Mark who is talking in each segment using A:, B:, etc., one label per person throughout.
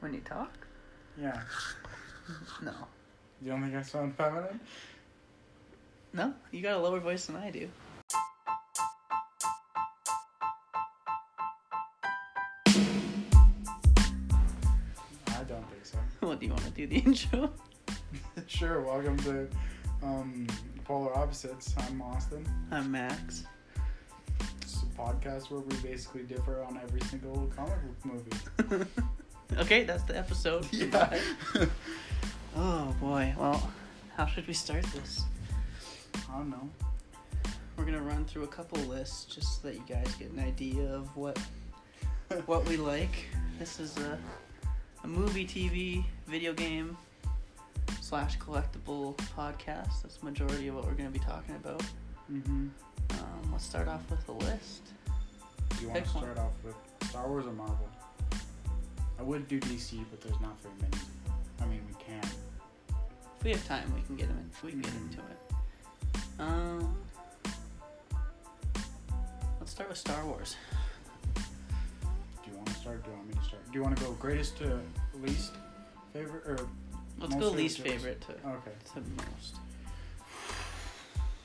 A: When you talk?
B: Yeah.
A: No.
B: You don't think I sound feminine?
A: No, you got a lower voice than I do.
B: I don't think so.
A: What do you want to do the intro?
B: sure, welcome to um, Polar Opposites. I'm Austin.
A: I'm Max.
B: It's a podcast where we basically differ on every single comic book movie.
A: okay, that's the episode.
B: Yeah.
A: Oh boy. Well, how should we start this?
B: I don't know.
A: We're gonna run through a couple lists just so that you guys get an idea of what what we like. This is a a movie, TV, video game slash collectible podcast. That's the majority of what we're gonna be talking about.
B: Mm-hmm.
A: Um, let's start off with the list.
B: Do you want
A: Pick
B: to
A: one.
B: start off with Star Wars or Marvel? I would do DC, but there's not very many. I mean, we can.
A: If we have time, we can get him. In, we can get into it. Um, let's start with Star Wars.
B: Do you want to start? Do you want me to start? Do you want to go greatest to least favorite? Or
A: Let's go
B: Most favorite
A: least
B: to least.
A: favorite to,
B: okay,
A: to most.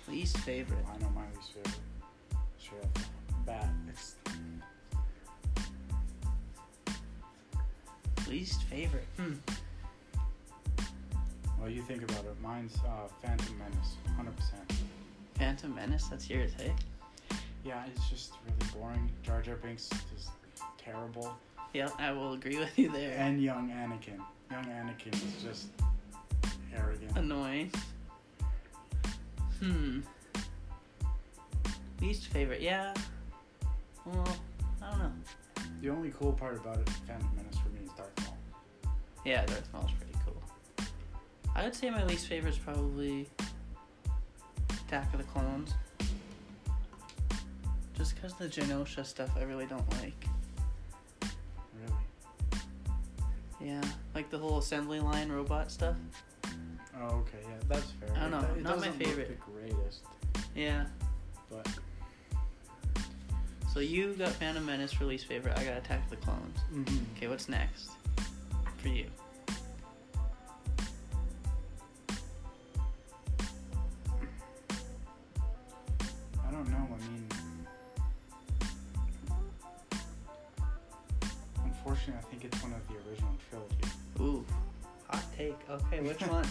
A: Least favorite.
B: I know my least favorite. Sure, bad. It's
A: Least favorite. Hmm.
B: Well, you think about it. Mine's uh, Phantom Menace, hundred percent.
A: Phantom Menace. That's yours, hey?
B: Yeah, it's just really boring. Jar Jar Binks is terrible,
A: Yeah, I will agree with you there.
B: and young Anakin. Young Anakin is just arrogant.
A: Annoying. Hmm. Least favorite. Yeah. Well, I don't know.
B: The only cool part about it, Phantom Menace, for me is Darth Maul.
A: Yeah, Darth Maul's pretty cool. I would say my least favorite is probably Attack of the Clones. Just because the Genosha stuff I really don't like.
B: Really?
A: Yeah, like the whole assembly line robot stuff.
B: Oh, okay, yeah, that's fair.
A: I don't know,
B: It-
A: not
B: it
A: my
B: doesn't look
A: favorite.
B: the greatest,
A: Yeah.
B: but
A: So you got Phantom Menace for least favorite. I got Attack of the Clones.
B: mhm.
A: Okay, what's next for you?
B: I don't know. I mean, unfortunately, I think it's one of the original trilogy.
A: Ooh, hot take. Okay, which one?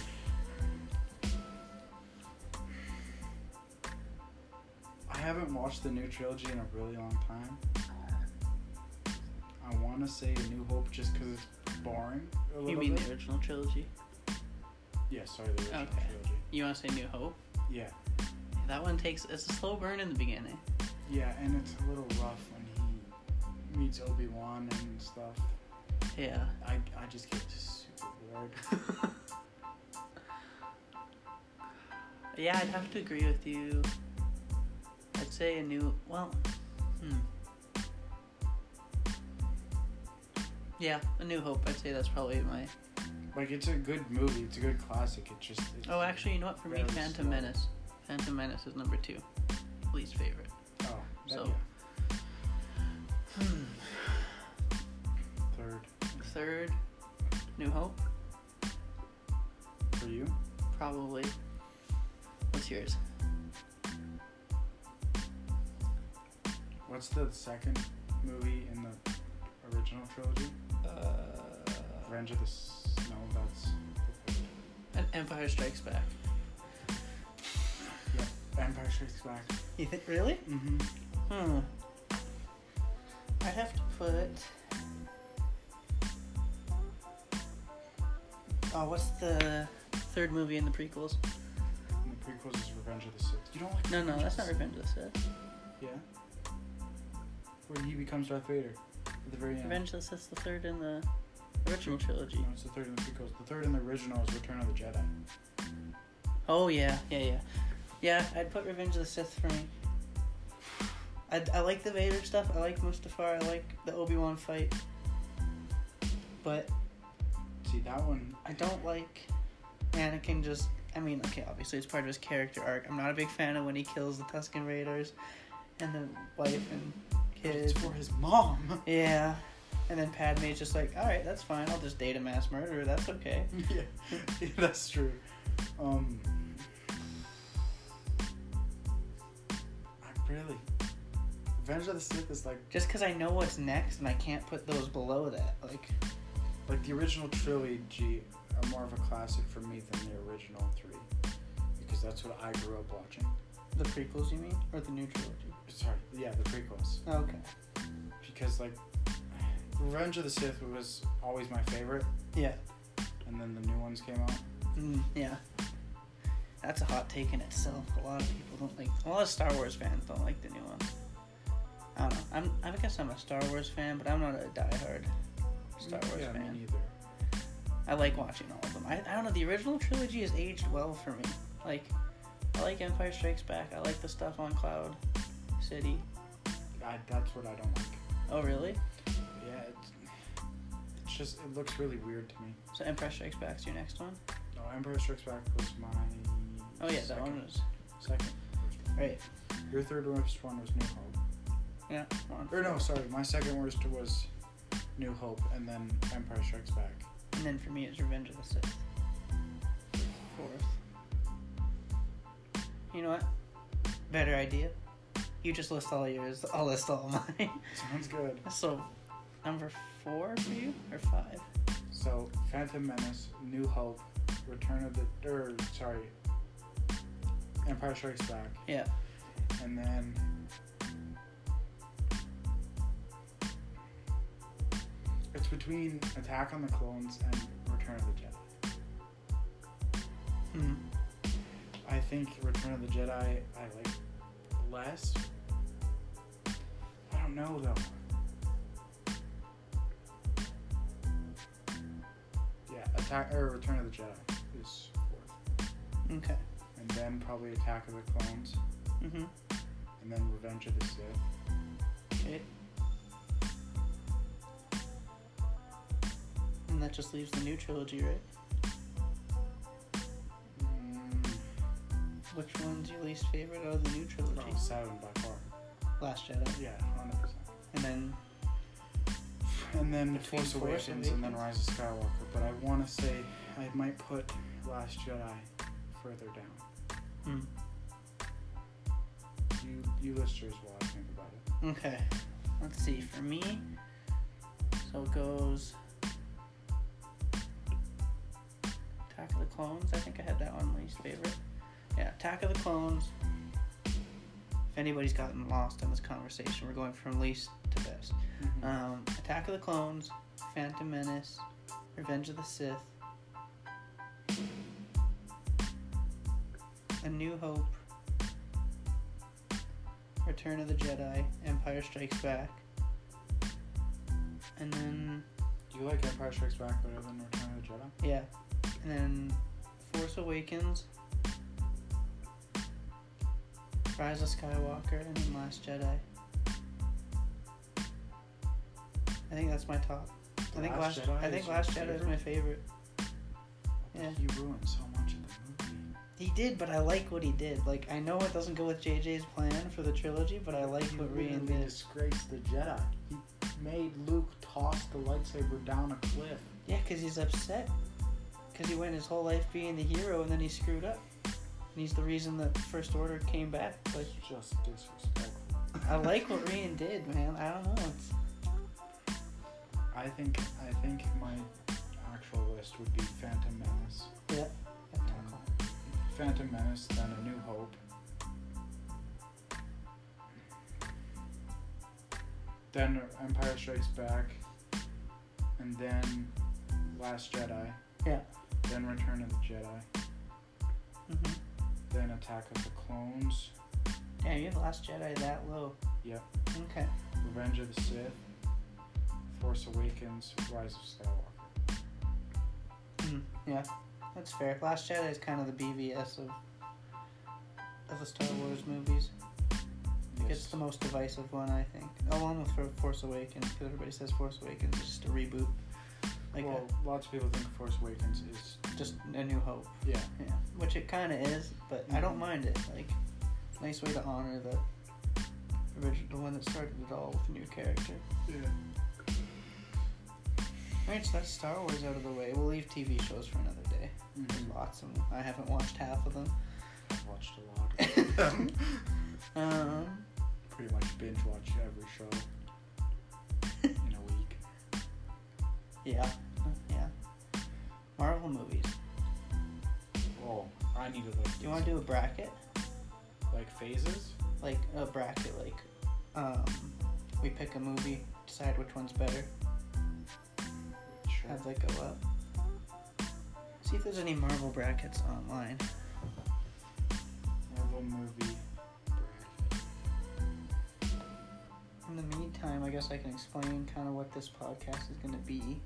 B: I haven't watched the new trilogy in a really long time. I want to say A New Hope just because it's boring. A little
A: you mean
B: bit.
A: the original trilogy?
B: Yeah, sorry, the original
A: Okay.
B: trilogy.
A: You want to say New Hope?
B: Yeah,
A: That one takes. It's a slow burn in the beginning.
B: yeah, and it's a little rough when he meets Obi Wan and stuff.
A: Yeah.
B: I, I just get super bored.
A: yeah, I'd have to agree with you. I'd say a new. Well, hmm. Yeah, A New Hope. I'd say that's probably my.
B: Like it's a good movie. It's a good classic. It just. It's
A: Oh, actually, you know what? For me,
B: Very
A: Phantom
B: slow.
A: Menace. Phantom Menace is number two. Least favorite.
B: Oh, that,
A: So-
B: yeah. Third
A: Third, New Hope.
B: for you.
A: Probably. What's yours?
B: What's the second movie in the original trilogy?
A: Uh,
B: Revenge of the S- No, that's the third.
A: Empire Strikes Back.
B: Empire Strikes Back.
A: You think really?
B: Mm-hmm.
A: Hmm. I have to put. Oh, what's the third movie in the prequels?
B: And the prequels is Revenge of the Sith. You don't like?
A: No, no,
B: Revenge
A: that's
B: of
A: not
B: the Sith?
A: Revenge of the Sith.
B: Yeah. Where he becomes Darth Vader at the very end.
A: Revenge of the Sith's the third in the original trilogy.
B: No, it's the third in the prequels. The third in the original is Return of the Jedi.
A: Oh yeah, yeah, yeah, yeah. I'd put Revenge of the Sith for me. I, I like the Vader stuff. I like Mustafar. I like the Obi Wan fight. But
B: See that one?
A: I don't like Anakin just I mean, okay, obviously it's part of his character arc. I'm not a big fan of when he kills the Tusken Raiders and the wife and
B: It's
A: kids.
B: for his mom.
A: Yeah. And then Padme's just like, all right, that's fine. I'll just date a mass murderer. That's okay.
B: yeah, yeah, that's true. Um, I really. Revenge of the Sith is like
A: Just because I know what's next and I can't put those below that. Like,
B: like the original trilogy are more of a classic for me than the original three, because that's what I grew up watching.
A: the prequels, you mean? Or the new trilogy? Oh,
B: Sorry, yeah, the prequels.
A: Okay.
B: because like Revenge of the Sith was always my favorite,
A: Yeah.
B: and then the new ones came out.
A: Mm, yeah. That's a hot take in itself. A lot of people don't like. A lot of Star Wars fans don't like the new one. I don't know. I'm. I guess I'm a Star Wars fan, but I'm not a diehard Star Wars
B: yeah,
A: fan.
B: me neither.
A: I like watching all of them. I, I don't know. The original trilogy has aged well for me. Like, I like Empire Strikes Back. I like the stuff on Cloud City.
B: I, that's what I don't like.
A: Oh, really?
B: Yeah, it's, it's just it looks really weird to me.
A: So Empire Strikes Back's your next one?
B: No, Empire Strikes Back was my.
A: Oh yeah, that
B: second,
A: one was
B: Second.
A: right.
B: Your third worst one was New Hope.
A: Yeah. One.
B: Or no, sorry, my second worst was New Hope, and then Empire Strikes Back.
A: And then for me, it's Revenge of the Sith. Fourth. You know what? Better idea. You just list all yours. I'll list all mine.
B: Sounds good.
A: so, number four for you or five?
B: So, Phantom Menace, New Hope, Return of the, or sorry, Empire Strikes Back,
A: Yeah.
B: and then. It's between Attack on the Clones and Return of the Jedi.
A: Hmm.
B: I think Return of the Jedi I like less. I don't know though. Yeah, Attack or Return of the Jedi is fourth,
A: Okay.
B: and then probably Attack of the Clones,
A: Mhm.
B: and then Revenge of the Sith.
A: Okay. And that just leaves the new trilogy, right?
B: Mm,
A: Which one's your least favorite out of the new trilogy?
B: probably seven by far.
A: Last Jedi.
B: Yeah, hundred percent.
A: And then
B: And then
A: Between
B: Force
A: Force
B: Awakens, and then Rise
A: Awakens?
B: of Skywalker. But I want to say I might put Last Jedi further down.
A: Hmm.
B: You you listeners will I think about it.
A: Okay. Let's see. For me, so it goes Attack of the Clones. I think I had that one least favorite. Yeah, Attack of the Clones. If anybody's gotten lost in this conversation, we're going from least to best.
B: Mm-hmm.
A: Um, Attack of the Clones, Phantom Menace, Revenge of the Sith, A New Hope, Return of the Jedi, Empire Strikes Back, and then
B: Do you like Empire Strikes Back better than Return of the Jedi?
A: yeah, and then Force Awakens, Rise of Skywalker, and then Last Jedi. I think that's my top. I think Last, I think Last Jedi is my favorite. yeah.
B: You ruined so much of the movie.
A: He did, but I like what he did. Like I know it doesn't go with JJ's plan for the trilogy, but I like
B: He
A: what Rian
B: literally
A: did.
B: disgraced the Jedi. He made Luke toss the lightsaber down a cliff.
A: Yeah, 'cause he's upset. 'Cause he went his whole life being the hero, and then he screwed up. And he's the reason that First Order came back. Like
B: It's just disrespectful.
A: I like what Rian did, man. I don't know. It's
B: I think I think my actual list would be Phantom Menace. Phantom Menace, then A New Hope. Then Empire Strikes Back. And then Last Jedi.
A: Yeah.
B: Then Return of the Jedi.
A: hmm
B: Then Attack of the Clones.
A: Damn, you have Last Jedi that low.
B: Yep.
A: Okay.
B: Revenge of the Sith. Force Awakens. Rise of Skywalker.
A: Mm, yeah, that's fair. Last Jedi is kind of the BVS of of the Star Wars movies. It's the most divisive one, I think, Oh, along with For- Force Awakens, because everybody says Force Awakens is just a reboot, like
B: well, lots of people think Force Awakens is.
A: a, just a New Hope.
B: Yeah.
A: Yeah, which it kind of is, but I don't
B: Mhm.
A: mind it. Like, nice way to honor the
B: Mm-hmm.
A: original, the one that started it all with a new character.
B: Yeah.
A: Alright, so that's Star Wars out of the way. We'll leave TV shows for another day. There's
B: Mm-hmm.
A: lots of them. I haven't watched half of them.
B: I've watched a lot. of them.
A: Um,
B: Pretty much binge watched every show in a week.
A: yeah. Yeah. Marvel movies.
B: Oh, I need to list.
A: Do you want to do a bracket?
B: like phases?
A: Like, a bracket, like, um, we pick a movie, decide which one's better.
B: Sure.
A: Have that go up. See if there's any Marvel brackets online.
B: Marvel movie bracket.
A: In the meantime, I guess I can explain kind of what this podcast is going to be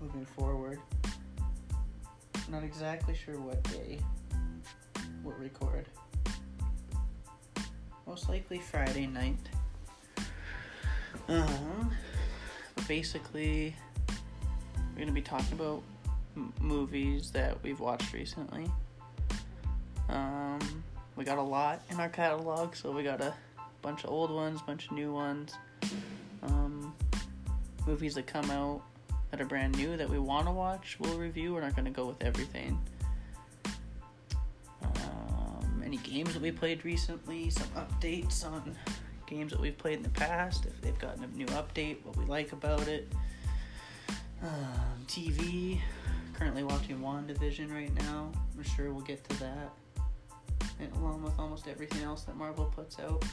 A: moving forward. Not exactly sure what day we'll record. Most likely Friday night. Um, but basically, we're going to be talking about m- movies that we've watched recently. Um, we got a lot in our catalog, so we got a bunch of old ones, bunch of new ones. Um, movies that come out that are brand new that we want to watch, we'll review. We're not going to go with everything. Um, any games that we played recently, some updates on games that we've played in the past, if they've gotten a new update, what we like about it. Um, TV, currently watching WandaVision right now. I'm sure we'll get to that. And along with almost everything else that Marvel puts out.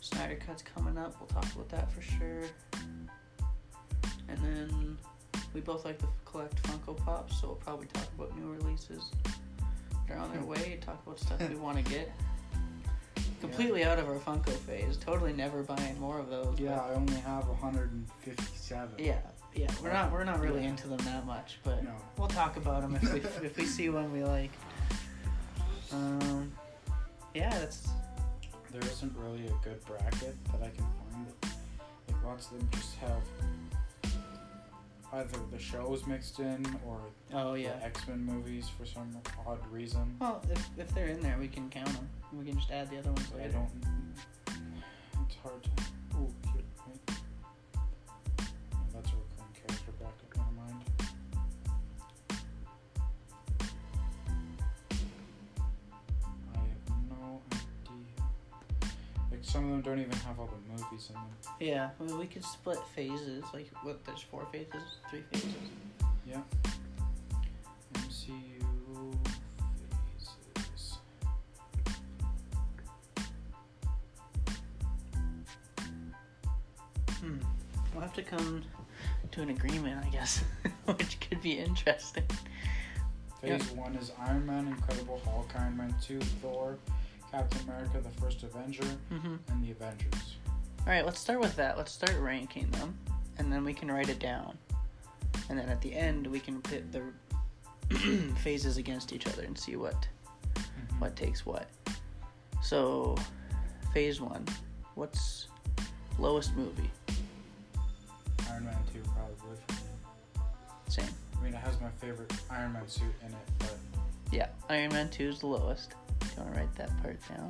A: Snyder Cut's coming up. We'll talk about that for sure. And then we both like to f- collect Funko Pops, so we'll probably talk about new releases that are on their way. Talk about stuff we want to get. Completely out of our Funko phase. Totally never buying more of those. but-
B: Yeah, I only have 157.
A: yeah, yeah. We're not we're not really
B: Yeah.
A: into them that much, but
B: No.
A: we'll talk about them if we if we see one we like. Um, yeah, that's
B: There isn't really a good bracket that I can find. That, like lots of them just have either the shows mixed in or
A: oh
B: the
A: yeah.
B: X Men movies for some odd reason.
A: Well, if if they're in there, we can count them. We can just add the other ones
B: I
A: later.
B: don't. It's hard to. Ooh, cute. Wait. No, that's a recurring character bracket. Never mind. I have no idea. Like some of them don't even have all the movies in them.
A: Yeah, well, we could split phases. Like what? There's four phases, three phases.
B: MCU phases.
A: Hmm. We'll have to come to an agreement, I guess, which could be interesting. Yeah.
B: Phase one is Iron Man, Incredible Hulk, Iron Man Two, Thor, Captain America: The First Avenger,
A: Mm-hmm.
B: and the Avengers.
A: All right, let's start with that. Let's start ranking them, and then we can write it down. And then at the end, we can pit the phases against each other and see what what takes what. So, phase one, what's lowest movie?
B: Iron Man 2 probably for me.
A: Same.
B: I mean, it has my favorite Iron Man suit in it, but
A: Yeah, Iron Man two is the lowest. Do you want to write that part down?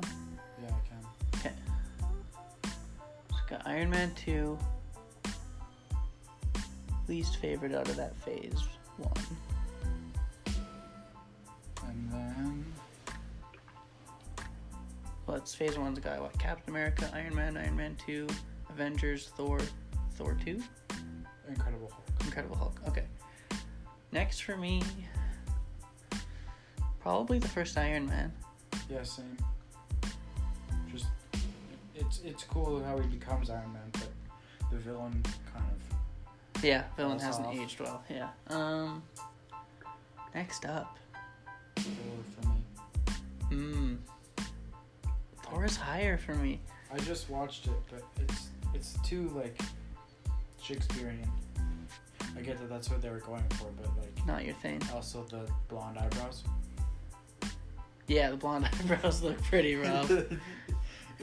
B: yeah, I can.
A: So we got Iron Man two. Least favorite out of that phase one.
B: And then
A: Well, it's phase one's got what? Captain America, Iron Man, Iron Man 2, Avengers, Thor, Thor 2,
B: Incredible Hulk.
A: Incredible Hulk. Okay. Next for me, probably the first Iron Man.
B: Yeah, same. Just it's it's cool how he becomes Iron Man, but the villain kind of
A: Yeah, villain
B: That's
A: hasn't
B: off.
A: aged well. Yeah. Um. Next up,
B: Thor for me.
A: hmm. Thor is higher for me.
B: I just watched it, but it's it's too like Shakespearean. I get that that's what they were going for, but like
A: Not your thing.
B: also the blonde eyebrows.
A: Yeah, the blonde eyebrows look pretty rough.
B: it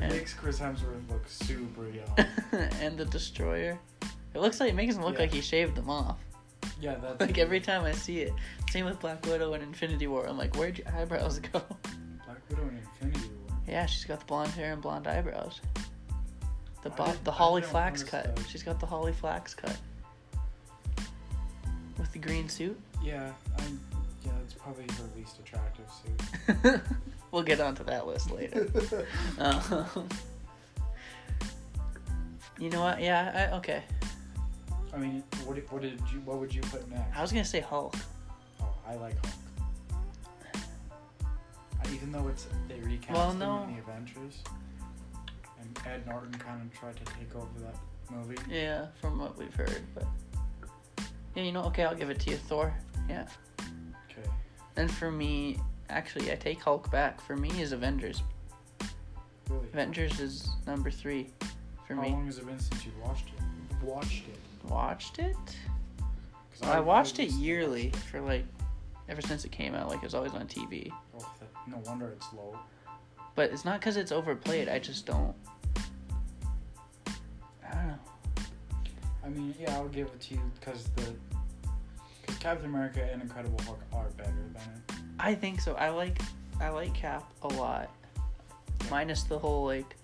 A: And-
B: makes Chris Hemsworth look super young.
A: and the Destroyer. It looks like it makes him look
B: Yeah.
A: like he shaved them off.
B: yeah, that's
A: Like every time I see it, same with Black Widow and Infinity War. I'm like, where'd your eyebrows go?
B: Black Widow and Infinity War.
A: Yeah, she's got the blonde hair and blonde eyebrows. The
B: I
A: bo-
B: didn't-
A: the
B: I
A: Holly
B: didn't
A: Flax
B: notice
A: cut.
B: that.
A: She's got the Holly Flax cut. with the green suit.
B: Yeah, I'm, yeah, it's probably her least attractive suit.
A: we'll get onto that list later. um, you know what? Yeah. I, okay.
B: I mean, what, did- what did you? What would you put next?
A: I was gonna say Hulk.
B: Oh, I like Hulk. I, even though it's they recast
A: Well,
B: him
A: no.
B: in the Avengers, and Ed Norton kind of tried to take over that movie.
A: Yeah, from what we've heard, but yeah, you know. Okay, I'll give it to you, Thor. Yeah.
B: Okay.
A: Then for me, actually, I take Hulk back. For me, is Avengers.
B: Really.
A: Avengers is number three for
B: How
A: me.
B: long has it been since you watched it? Watched it.
A: Watched it?
B: 'Cause
A: I watched it
B: used to
A: yearly
B: watch
A: for like ever since it came out. Like it was always on TV.
B: it. Oh, that, no wonder it's low.
A: But it's not because it's overplayed. I just don't. I don't know.
B: I mean, yeah, I'll give it to you because the because Captain America and Incredible Hulk are better than it.
A: I think so. I like I like Cap a lot. Minus the whole like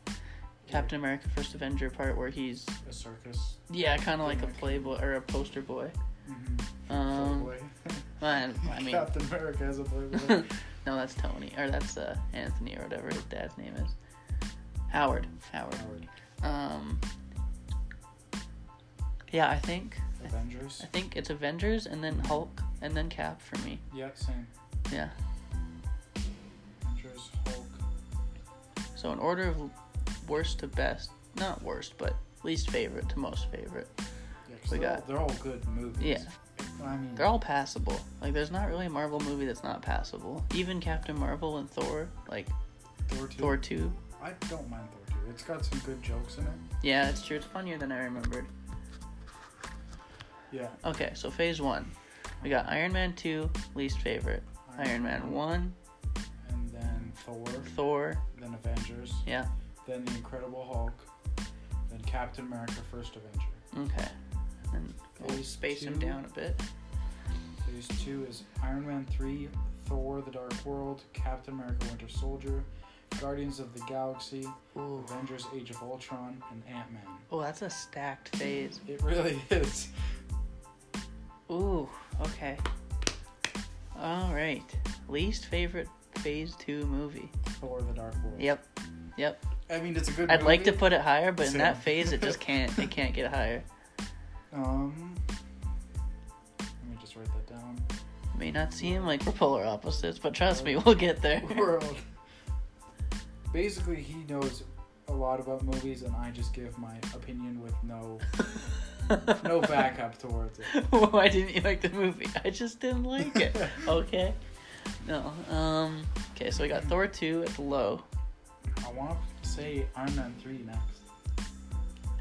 A: Captain America First Avenger part where he's
B: A circus.
A: yeah, kind of like a
B: Like-
A: playboy or a poster boy.
B: Mm-hmm.
A: Um, I, I mean,
B: Captain America as a playboy.
A: no, that's Tony or that's uh, Anthony or whatever his dad's name is. Howard. Howard.
B: Howard.
A: Um. Yeah, I think
B: Avengers.
A: I think it's Avengers and then Hulk and then Cap for me.
B: Yeah, same.
A: Yeah.
B: Avengers, Hulk.
A: So in order of worst to best, not worst, but least favorite to most favorite.
B: Yeah, 'cause
A: We
B: they're,
A: got-
B: all, they're all good movies.
A: Yeah.
B: I mean,
A: They're all passable. Like there's not really a Marvel movie that's not passable. Even Captain Marvel and Thor, like
B: Thor 2.
A: Thor 2.
B: I don't mind Thor 2. It's got some good jokes in it.
A: Yeah, it's true. It's funnier than I remembered.
B: Yeah.
A: Okay, so phase 1. We got Iron Man 2, least favorite. Iron Man 1,
B: And then Thor.
A: Thor,
B: Then Avengers.
A: yeah.
B: Then The Incredible Hulk. Then Captain America First Avenger.
A: Okay. And we'll
B: Phase
A: space him
B: two.
A: down a bit.
B: Phase two is Iron Man 3, Thor The Dark World, Captain America Winter Soldier, Guardians of the Galaxy,
A: Ooh.
B: Avengers Age of Ultron, and Ant Man.
A: Oh, that's a stacked phase.
B: It really is.
A: Ooh, okay. All right. Least favorite phase 2 movie.
B: Thor The Dark World.
A: Yep. Yep.
B: I mean, it's a good
A: I'd like to
B: movie.
A: put it higher, but in that
B: Same.
A: phase, it just can't. It can't get higher.
B: Um. Let me just write that down.
A: May not seem like we're polar opposites, but trust me, we'll get there.
B: World. Basically, he knows a lot about movies, and I just give my opinion with no no backup towards it.
A: Why didn't you like the movie? I just didn't like it. Okay. No. Um. Okay, so we got Thor two at the low.
B: I want to say Iron Man 3 next.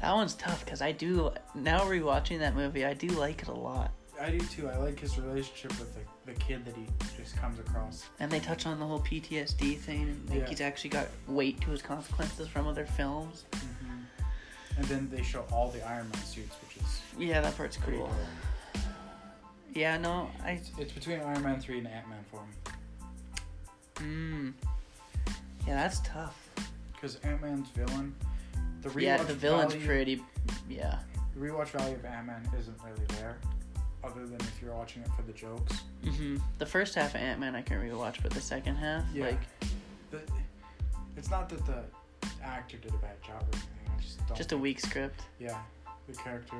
A: That one's tough because I do now rewatching that movie. I do like it a lot,
B: I do too. I like his relationship with the, the kid that he just comes across.
A: and they touch on the whole PTSD thing. And like
B: Yeah.
A: he's actually got weight to his consequences from other films. Mm-hmm.
B: And then they show all the Iron Man suits, which is
A: Yeah, that part's
B: pretty
A: cool.
B: cool.
A: Yeah. No. I.
B: It's, it's between Iron Man 3 and Ant Man for me.
A: Mm. Yeah, that's tough.
B: Because Ant Man's villain, the rewatch
A: yeah, the villain's
B: value,
A: pretty. Yeah.
B: the rewatch value of Ant Man isn't really there, other than if you're watching it for the jokes.
A: hmm The first half of Ant Man I can rewatch, but the second half,
B: Yeah.
A: like,
B: The, it's not that the actor did a bad job or anything. I just don't.
A: just a weak script.
B: Yeah, the character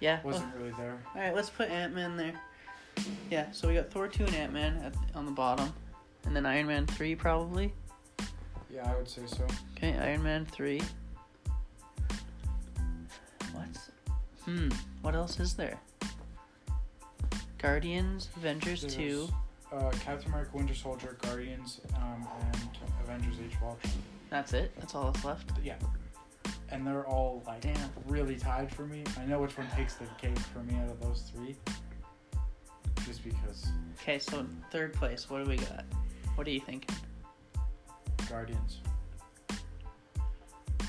A: Yeah. Oh,
B: wasn't really there.
A: All right, let's put Ant Man there. Yeah. So we got Thor two and Ant Man on the bottom, and then Iron Man three probably.
B: Yeah, I would say so.
A: Okay, Iron Man three. What's? Hmm. What else is there? Guardians, Avengers
B: There's,
A: two.
B: Uh, Captain America, Winter Soldier, Guardians, um, and Avengers Age of Ultron.
A: That's it. That's all that's left.
B: Yeah. And they're all like
A: Damn.
B: really tied for me. I know which one takes the cake for me out of those three. Just because
A: Okay, so third place. What do we got? What are you thinking?
B: Guardians.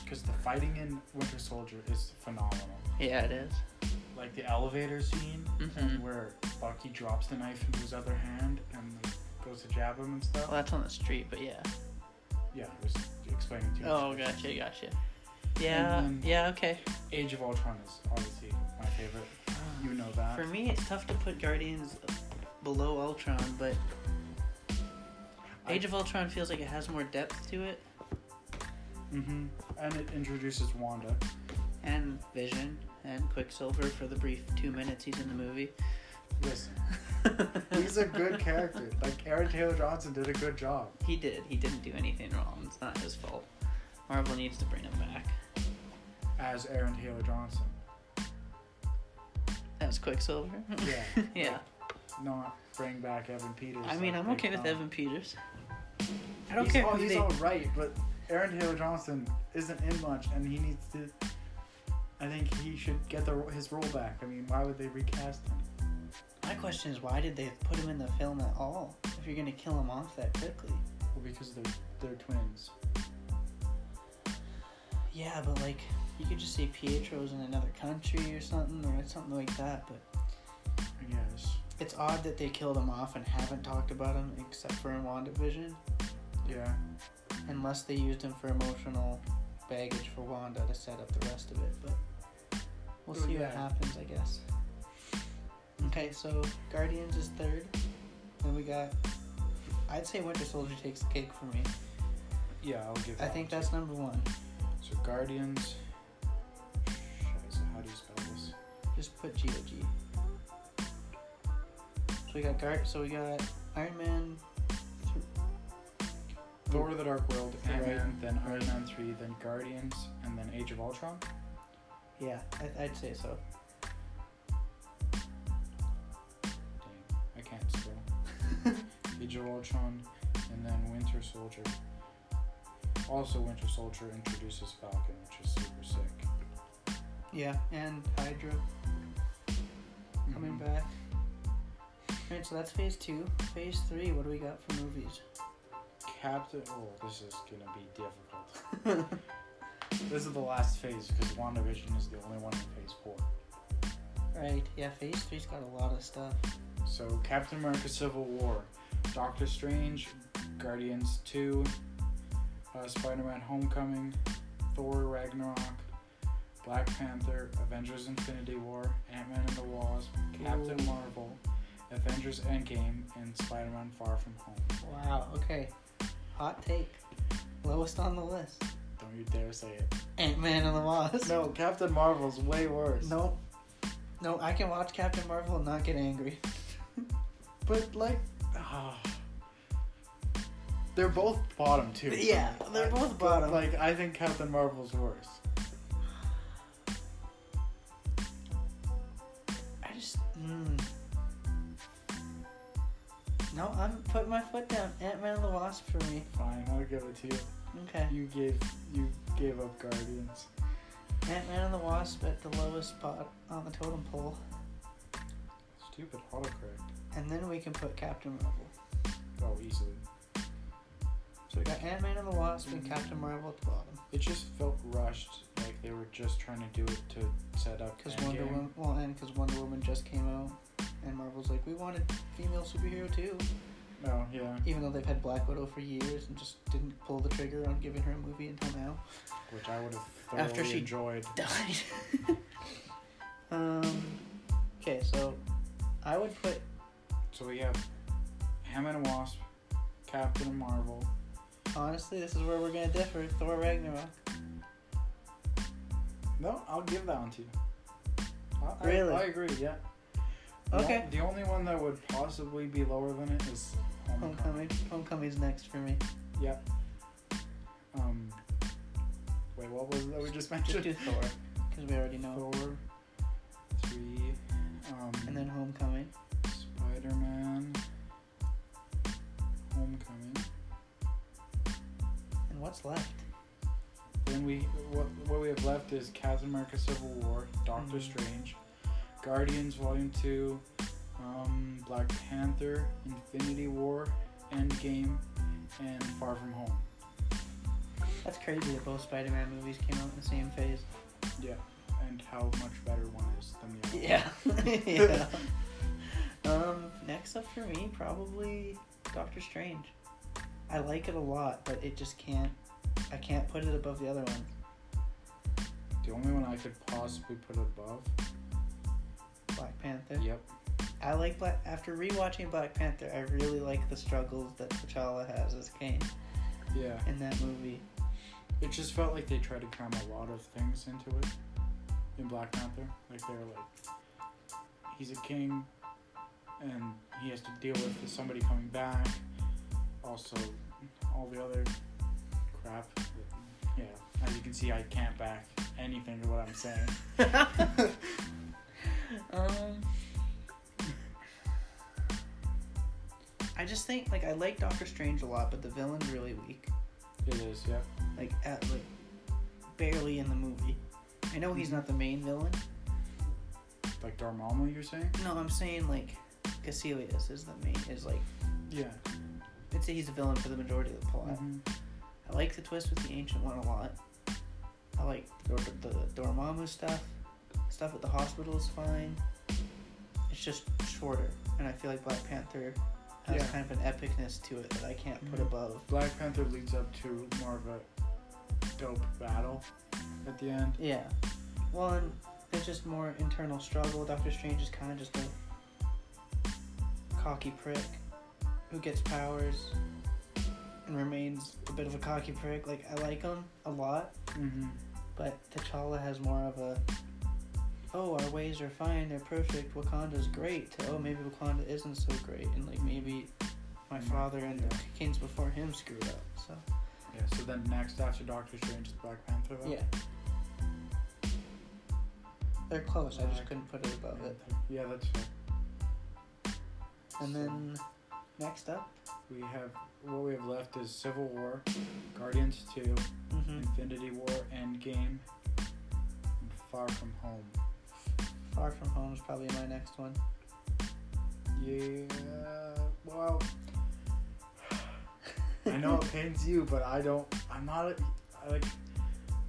B: Because the fighting in Winter Soldier is phenomenal.
A: Yeah, it is.
B: Like the elevator scene
A: Mhm.
B: where Bucky drops the knife into his other hand and like, goes to jab him and stuff.
A: Well, that's on the street, but yeah.
B: Yeah, I was explaining to you.
A: Oh, gotcha, gotcha. Yeah,
B: And then-
A: yeah, okay.
B: Age of Ultron is obviously my favorite. You know that.
A: For me, it's tough to put Guardians below Ultron, but
B: I-
A: Age of Ultron feels like it has more depth to it,
B: Mm-hmm. And it introduces Wanda.
A: and Vision and Quicksilver for the brief two minutes he's in the movie.
B: Listen, he's a good character. Like Aaron Taylor Johnson did a good job.
A: He did. He didn't do anything wrong. It's not his fault. Marvel needs to bring him back.
B: as Aaron Taylor Johnson.
A: That was Quicksilver.
B: Yeah.
A: yeah.
B: Not bring back Evan Peters.
A: I mean,
B: like
A: I'm
B: they
A: okay with
B: thought.
A: Evan Peters. uh, I don't
B: he's
A: care
B: All,
A: who
B: he's
A: they.
B: all right, but Aaron Taylor Johnson isn't in much, and he needs to. I think he should get the, his role back. I mean, why would they recast him?
A: My question is, why did they put him in the film at all? If you're gonna kill him off that quickly.
B: Well, because they're they're twins.
A: Yeah, but like you could just say Pietro's in another country or something, or something like that. But
B: I guess.
A: it's odd that they killed him off and haven't talked about him except for in WandaVision,
B: Yeah.
A: unless they used him for emotional baggage for Wanda to set up the rest of it. But we'll
B: Oh,
A: see
B: yeah.
A: what happens, I guess. Okay, so Guardians is third. Then we got. I'd say Winter Soldier takes the cake for me.
B: Yeah, I'll give.
A: I
B: that
A: think
B: one
A: that's number one.
B: to- so. Guardians. Scheiße, how do you spell this?
A: Just put GOG. So we got Gar- so we got Iron Man.
B: Thor: The Dark World,
A: Right.
B: Ant-Man, then Iron Man three, then Guardians, and then Age of Ultron.
A: Yeah, I, I'd say so.
B: Dang, I can't spell. Age of Ultron, and then Winter Soldier. Also, Winter Soldier introduces Falcon, which is super sick.
A: Yeah, and Hydra coming
B: Mm-hmm.
A: back. Alright, so that's phase two. Phase three, what do we got for movies?
B: Captain. Oh, this is gonna be difficult. this is the last phase because WandaVision is the only one in phase four.
A: Right, yeah, phase three's got a lot of stuff.
B: So, Captain America: Civil War, Doctor Strange, Guardians Two, uh, Spider-Man: Homecoming, Thor: Ragnarok, Black Panther, Avengers: Infinity War, Ant-Man and the Wasp, Captain
A: Ooh.
B: Marvel, Avengers: Endgame, and Spider-Man: Far From Home.
A: Wow, okay. Hot take. Lowest on the list.
B: Don't you dare say it.
A: Ant Man and the Wasp.
B: No, Captain Marvel's way worse.
A: Nope. No, I can watch Captain Marvel and not get angry.
B: but like, ah. they're both bottom too.
A: Yeah, they're both bottom.
B: Like, I think Captain Marvel's worse.
A: I just. Mm. No, I'm putting my foot down. Ant Man and the Wasp for me.
B: Fine, I'll give it to you.
A: Okay.
B: You gave you gave up Guardians.
A: Ant Man and the Wasp at the lowest spot on the totem pole.
B: Stupid autocorrect.
A: And then we can put Captain Marvel.
B: Oh, easily.
A: So we got Ant Man and the Wasp and Captain Marvel at the bottom.
B: It just felt rushed, like they were just trying to do it to set up
A: Because Wonder Woman. Well, and because Wonder Woman just came out. And Marvel's like, we wanted female superhero too.
B: No, Oh, yeah,
A: Even though they've had Black Widow for years and just didn't pull the trigger on giving her a movie until now.
B: which I would have thoroughly
A: After she-
B: enjoyed.
A: died. um. Okay, so I would put
B: So we have Ham and Wasp, Captain Marvel.
A: honestly, this is where we're gonna differ. Thor Ragnarok.
B: No, I'll give that one to you. I, I-
A: Really?
B: I, agree. Yeah. The
A: Okay.
B: on- The only one that would possibly be lower than it is Homecoming.
A: Homecoming. Homecoming's next for me.
B: Yep. Um. Wait, what was it that we just mentioned?
A: Just do Thor, because we already know.
B: Thor, three, um,
A: And then Homecoming.
B: Spider Man, Homecoming.
A: And what's left?
B: Then we what what we have left is Captain America: Civil War, Doctor
A: Mhm.
B: Strange, Guardians Volume Two, um, Black Panther, Infinity War, Endgame, and Far From Home.
A: That's crazy that both Spider-Man movies came out in the same phase.
B: Yeah, and how much better one is than the other.
A: Yeah. yeah. um. Next up for me, probably Doctor Strange. I like it a lot, but it just can't. I can't put it above the other one.
B: The only one I could possibly put above
A: Black Panther.
B: Yep.
A: I like Black. After rewatching Black Panther, I really like the struggles that T'Challa has as Kane
B: Yeah.
A: in that movie.
B: It just felt like they tried to cram a lot of things into it in Black Panther. Like they're like, he's a king, and he has to deal with somebody coming back. Also, all the other crap. Yeah. As you can see, I can't back anything of what I'm saying.
A: um, I just think like I like Doctor Strange a lot, but the villain's really weak.
B: It is. Yep.
A: Like at like barely in the movie. I know he's not the main villain.
B: Like Dormammu, you're saying?
A: No, I'm saying like Cassilius is the main is like
B: Yeah.
A: I'd say he's a villain for the majority of the plot.
B: Mm-hmm.
A: I like the twist with the ancient one a lot. I like the, the Dormammu stuff. Stuff at the hospital is fine. It's just shorter, and I feel like Black Panther has
B: Yeah.
A: kind of an epicness to it that I can't put
B: Mhm.
A: above.
B: Black Panther leads up to more of a dope battle at the end.
A: Yeah. Well, and there's just more internal struggle. Doctor Strange is kind of just a cocky prick who gets powers and remains a bit of a cocky prick. Like I like him a lot.
B: Mm-hmm.
A: But T'Challa has more of a, oh, our ways are fine, they're perfect, Wakanda's great, to, oh, maybe Wakanda isn't so great, and like maybe my
B: Mhm.
A: father and the
B: Yeah.
A: kings before him screwed up, so.
B: Yeah, so then next after Doctor Strange is Black Panther. though?
A: They're close, I
B: Uh,
A: just couldn't put it above it.
B: Yeah, that's fair.
A: And
B: So
A: then next up,
B: we have what we have left is Civil War, Guardians 2,
A: hmm
B: Infinity War, Endgame, and Far From Home.
A: Far From Home is probably my next one.
B: Yeah, well, I know it pains you, but I don't. I'm not. A, I like.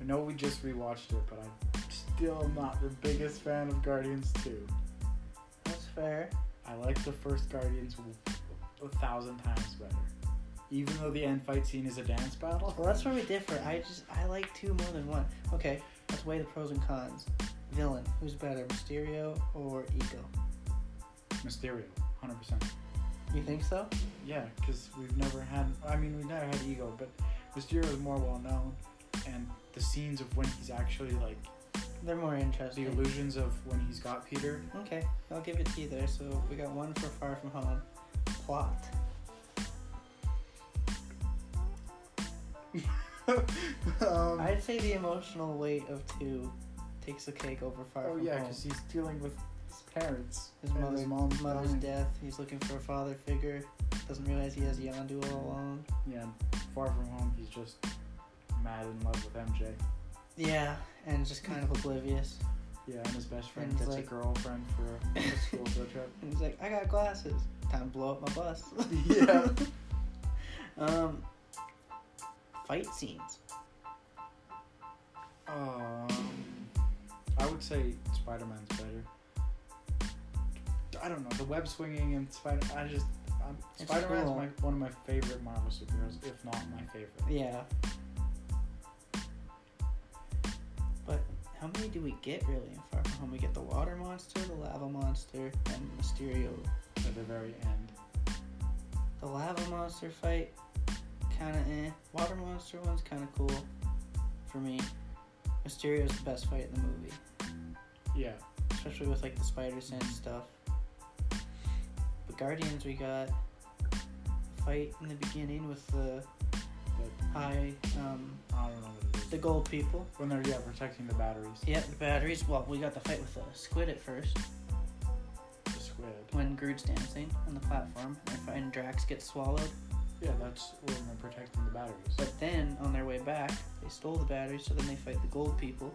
B: I know we just rewatched it, but I'm still not the biggest fan of Guardians 2.
A: That's fair.
B: I like the first Guardians a thousand times better. Even though the end fight scene is a dance battle.
A: Well, that's where we differ. I just, I like two more than one. Okay, let's weigh the pros and cons. Villain, who's better, Mysterio or Ego?
B: Mysterio, 100%.
A: You think so?
B: Yeah, because we've never had. I mean, we've never had Ego, but Mysterio is more well known, and the scenes of when he's actually like
A: They're more
B: the
A: interesting.
B: illusions of when he's got Peter.
A: Okay, I'll give it to you there. So we got one for Far From Home. Plot.
B: um,
A: I'd say the emotional weight of two takes the cake over Far
B: oh
A: From
B: yeah,
A: Home.
B: because he's dealing with his parents.
A: His
B: and
A: mother's,
B: mom
A: mother's
B: dying.
A: death. He's looking for a father figure. Doesn't realize he has Yondu
B: Mm.
A: all alone.
B: Yeah, far from home, he's just mad in love with MJ.
A: Yeah, and just kind of oblivious.
B: Yeah, and his best friend
A: And he's
B: gets
A: like-
B: a girlfriend for a school field trip.
A: And he's like, I got glasses. Time to blow up my bus.
B: Yeah.
A: um, fight scenes.
B: Um, I would say Spider Man's better. I don't know the web swinging and Spider. I just um,
A: It's
B: Spider Man's
A: cool.
B: my one of my favorite Marvel superheroes, if not my favorite.
A: Yeah. But how many do we get really in Far From Home? We get the water monster, the lava monster, and Mysterio.
B: At the very end,
A: The lava monster fight, kind of eh. Water monster one's kind of cool for me. Mysterio's the best fight in the movie,
B: yeah,
A: especially with like the spider sense stuff. But Guardians, we got fight in the beginning with the
B: but
A: high, um,
B: I don't know what it is.
A: the gold people.
B: when they're yeah protecting the batteries,
A: Yep, the batteries. Well, we got the fight with the squid at first
B: the squid.
A: when Groot's dancing on the platform and fi- and Drax gets swallowed.
B: Yeah, that's when they're protecting the batteries.
A: But then on their way back, they stole the batteries, so then they fight the gold people.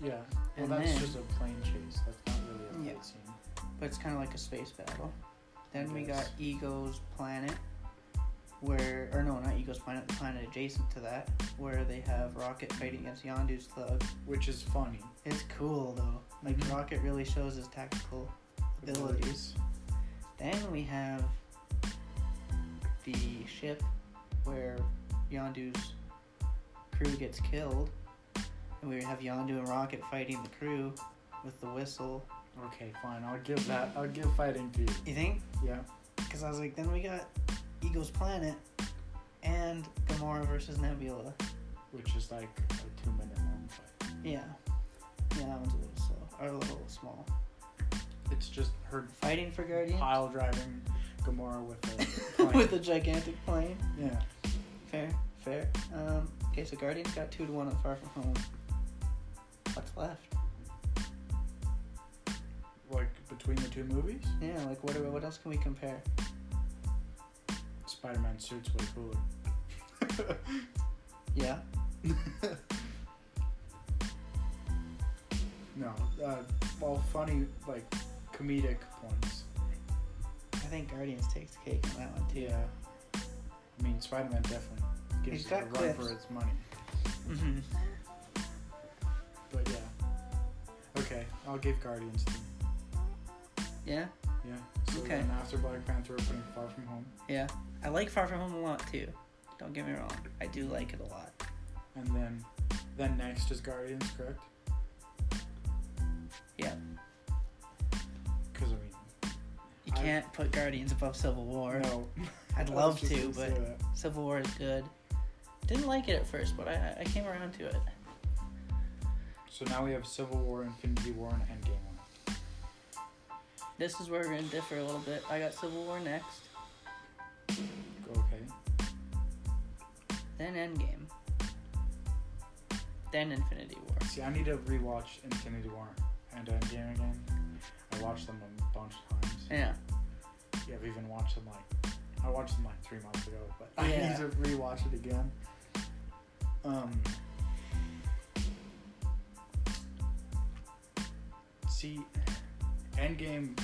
B: yeah, well
A: and
B: that's
A: then-
B: just a plane chase. That's not really a fight
A: Yeah.
B: scene.
A: But it's kind of like a space battle. Then we got
B: Yes.
A: Ego's planet, where or no, not Ego's planet, the planet adjacent to that, where they have Rocket fighting against Yondu's thug.
B: which is funny.
A: It's cool though. Like
B: Mhm.
A: Rocket really shows his tactical Mm-hmm. abilities. Then we have the ship where Yondu's crew gets killed. And we have Yondu and Rocket fighting the crew with the whistle
B: Okay, fine. I'll give that. I'll give Fighting to you.
A: You think?
B: Yeah.
A: Because I was like, then we got Ego's Planet and Gamora versus Nebula.
B: Which is like a two minute long fight.
A: Yeah. Yeah, that one's a little slow. Or a little small.
B: It's just her
A: Fighting for Guardian?
B: pile driving Gamora with a
A: With a gigantic plane.
B: yeah.
A: Fair, fair. Um, okay, so Guardians got 2 to 1 on Far From Home. What's left?
B: Like between the two movies,
A: Yeah, like what, are, what else can we compare?
B: Spider Man suits way cooler.
A: Yeah.
B: no, uh, all funny like comedic ones.
A: I think Guardians takes the cake on that one, too.
B: Yeah. I mean, Spider Man definitely gives
A: He's
B: it a
A: got
B: run
A: clips.
B: for its money.
A: Mm-hmm.
B: But yeah. Okay, I'll give Guardians. To
A: Yeah?
B: Yeah. So
A: Okay.
B: then after Black Panther, we're putting Far From Home,
A: Yeah. I like Far From Home a lot, too. Don't get me wrong. I do like it a lot.
B: and then then next is Guardians, correct?
A: Yeah.
B: Because I mean,
A: You
B: I-
A: can't put Guardians above Civil War.
B: no.
A: I'd
B: I was
A: love
B: just
A: to,
B: gonna
A: but
B: say that.
A: Civil War is good. Didn't like it at first, but I, I came around to it.
B: So now we have Civil War, Infinity War, and Endgame.
A: This is where we're gonna differ a little bit. I got Civil War next,
B: Okay.
A: then Endgame, then Infinity War.
B: See, I need to rewatch Infinity War and Endgame again. I watched them a bunch of times.
A: Yeah,
B: Yeah, I've even watched them like I watched them like three months ago, but I
A: Yeah.
B: need to rewatch it again. Um. See, Endgame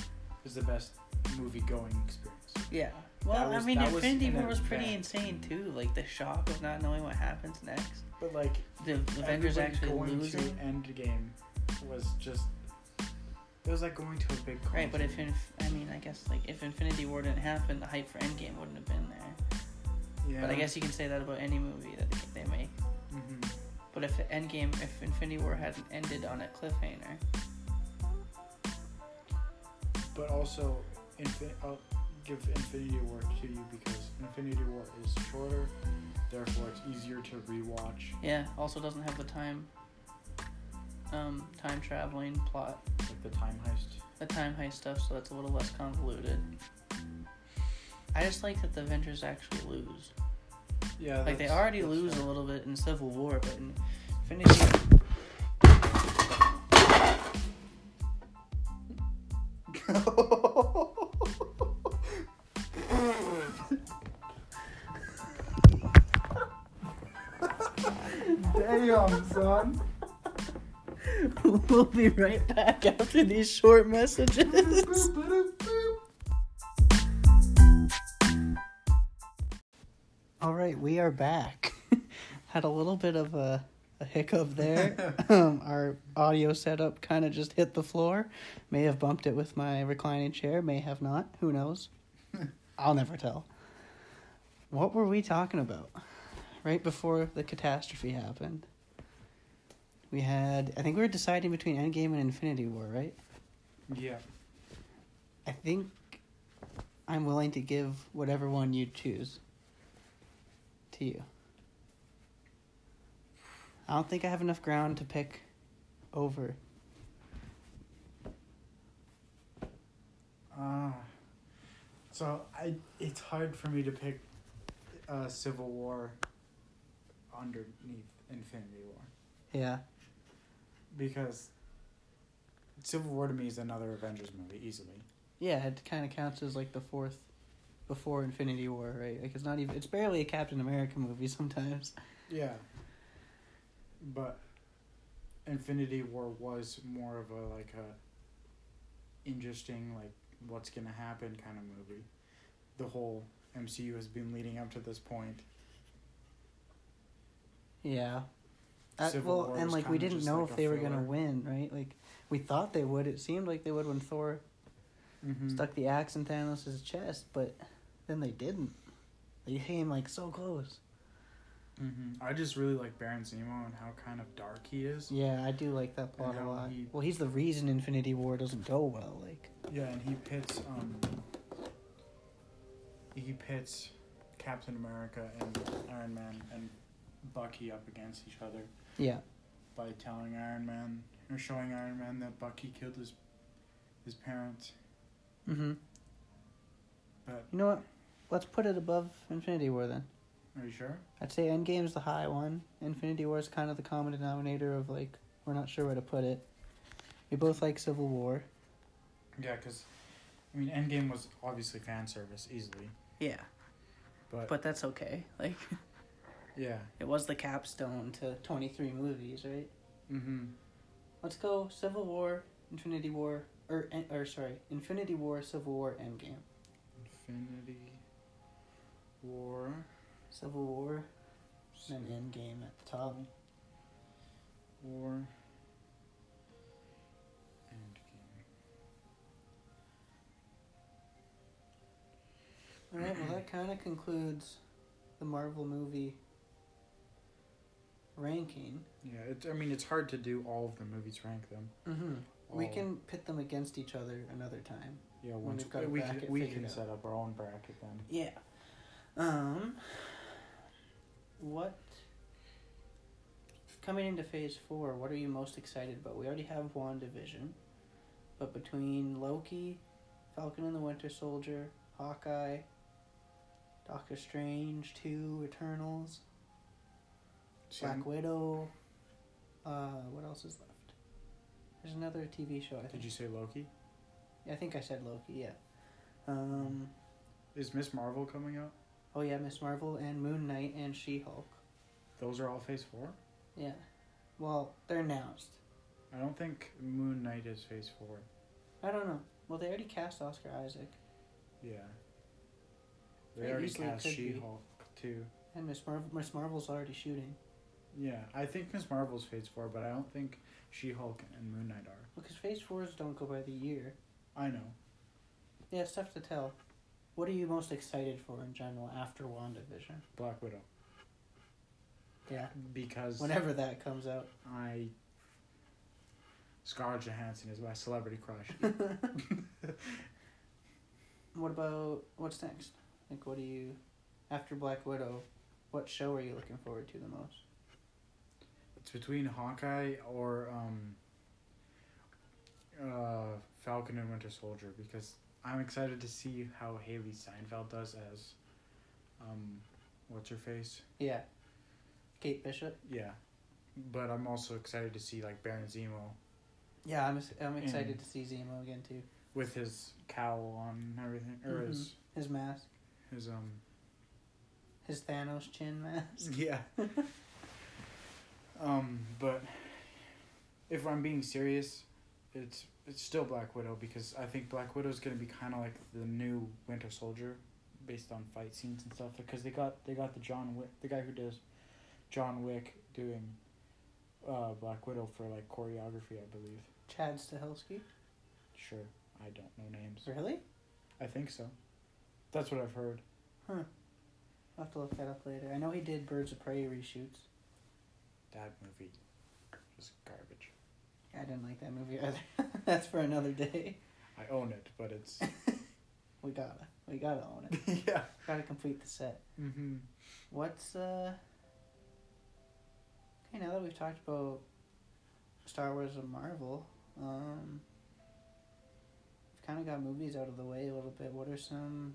B: is the best movie-going experience.
A: yeah. Well,
B: That was-
A: I mean,
B: that was
A: Infinity
B: an
A: War was pretty
B: advance.
A: insane too. Like the shock of not knowing what happens next.
B: But like,
A: The Avengers
B: everybody
A: actually
B: going
A: losing.
B: to Endgame was just. It was like going to a big. Concert.
A: Right, but if inf- I mean, I guess like if Infinity War didn't happen, the hype for Endgame wouldn't have been there.
B: yeah.
A: But I guess you can say that about any movie that they make.
B: hmm
A: But if Endgame, if Infinity War hadn't ended on a cliffhanger,
B: But also, infin- I'll give Infinity War to you because Infinity War is shorter, therefore it's easier to rewatch.
A: yeah, also doesn't have the time, um, time traveling plot,
B: Like the time heist.
A: the time heist stuff, so that's a little less convoluted. I just like that the Avengers actually lose.
B: Yeah.
A: Like they
B: that's-
A: already
B: that's
A: lose
B: fair.
A: a little bit in Civil War, but in Infinity.
B: Damn, son.
A: we'll be right back after these short messages. All right, we are back. Had a little bit of a, a hiccup there. um, our audio setup kind of just hit the floor. May have bumped it with my reclining chair, may have not. Who knows? I'll never tell. What were we talking about? Right before the catastrophe happened, we had, I think we were deciding between Endgame and Infinity War, right?
B: yeah.
A: I think I'm willing to give whatever one you choose to you. I don't think I have enough ground to pick over.
B: Ah. so I it's hard for me to pick uh, Civil War underneath Infinity War
A: Yeah.
B: because Civil War to me is another Avengers movie easily.
A: Yeah, it kind of counts as like the fourth before Infinity War, right? Like it's not even it's barely a Captain America movie sometimes.
B: Yeah. But Infinity War was more of a like a interesting like what's gonna happen kind of movie. The whole MCU has been leading up to this point.
A: Yeah. Uh,
B: Civil
A: well,
B: War
A: and
B: was
A: like we
B: kinda
A: didn't
B: just,
A: know
B: like,
A: if
B: a
A: they were gonna
B: filler.
A: win, right? Like we thought they would. It seemed like they would when Thor
B: Mm-hmm.
A: stuck the axe in Thanos' chest, but then they didn't. They came like so close.
B: Mm-hmm. I just really like Baron Zemo and how kind of dark he is.
C: Yeah, I do like that plot
B: And
C: a
B: how
C: lot.
B: he-
C: Well, he's the reason Infinity War doesn't go well. Like,
B: Yeah, and he pits um he pits Captain America and Iron Man and Bucky up against each other
C: yeah,
B: by telling Iron Man or showing Iron Man that Bucky killed his his parents.
C: mm-hmm.
B: But
C: You know what? Let's put it above Infinity War then.
B: are you sure?
C: I'd say Endgame's the high one. Infinity War is kind of the common denominator of like we're not sure where to put it. We both like Civil War.
B: Yeah, because I mean, Endgame was obviously fan service easily,
A: Yeah,
B: but,
A: but that's okay. Like
B: yeah,
A: it was the capstone to 23 movies, right?
B: mm-hmm.
C: Let's go Civil War, Infinity War, or en- or sorry, Infinity War, Civil War, Endgame.
B: Infinity War.
C: Civil War, and then Endgame at the top.
B: War. Endgame.
C: All right, well that kind of concludes the Marvel movie ranking.
B: Yeah, it, I mean, it's hard to do all of the movies, rank them.
C: Mm-hmm. We
B: all.
C: can pit them against each other another time.
B: Yeah,
C: when
B: once
C: we've got a
B: we
C: bracket
B: can, we
C: figured
B: can
C: out.
B: set up our own bracket then.
A: Yeah. Um. What?
C: Coming into Phase Four, what are you most excited about? We already have WandaVision, but between Loki, Falcon and the Winter Soldier, Hawkeye, Doctor Strange, Two Eternals,
B: See,
C: Black Widow, uh, what else is left? There's another TV show. I think.
B: did you say Loki?
C: I think I said Loki. Yeah. Um.
B: Is Miss Marvel coming out?
C: Oh yeah, Miss Marvel and Moon Knight and She Hulk.
B: Those are all Phase Four.
C: Yeah. Well, they're announced.
B: I don't think Moon Knight is Phase Four.
C: I don't know. Well, they already cast Oscar Isaac
B: Yeah.
C: It
B: They already
C: easily
B: cast
C: could be.
B: She-Hulk too.
C: and Miss Marvel. Miss Marvel's already shooting
B: Yeah, I think Miss Marvel's Phase Four, but I don't think She-Hulk and Moon Knight are.
C: because Phase Fours don't go by the year.
B: I know.
C: Yeah, it's tough to tell. What are you most excited for in general after WandaVision?
B: Black Widow.
C: Yeah.
B: Because
C: Whenever that comes out.
B: I Scarlett Johansson is my celebrity crush.
C: What about what's next? Like, what do you after Black Widow? What show are you looking forward to the most?
B: it's between Hawkeye or um, uh, Falcon and Winter Soldier because I'm excited to see how Haley Steinfeld does as um, what's her face?
C: Yeah. Kate Bishop.
B: Yeah, but I'm also excited to see like Baron Zemo
C: Yeah, I'm ex- I'm excited
B: And-
C: to see Zemo again too.
B: with his cowl on and everything or his
C: His mask,
B: his um
C: his Thanos chin mask.
B: Yeah. um, but if I'm being serious, it's it's still Black Widow because I think Black Widow's gonna be kind of like the new Winter Soldier, based on fight scenes and stuff. Because they got they got the John Wick, the guy who does John Wick doing uh, Black Widow for like choreography, I believe.
C: Chad Stahelski.
B: Sure, I don't know names.
C: Really?
B: I think so. That's what I've heard.
C: I'll have to look that up later. I know he did Birds of Prey reshoots.
B: That movie was garbage.
C: I didn't like that movie either. That's for another day.
B: I own it, but it's
C: We gotta, we gotta own it.
B: yeah.
C: gotta complete the set.
B: Mm-hmm.
C: What's uh? Okay, now that we've talked about Star Wars and Marvel, um, we've kind of got movies out of the way a little bit. What are some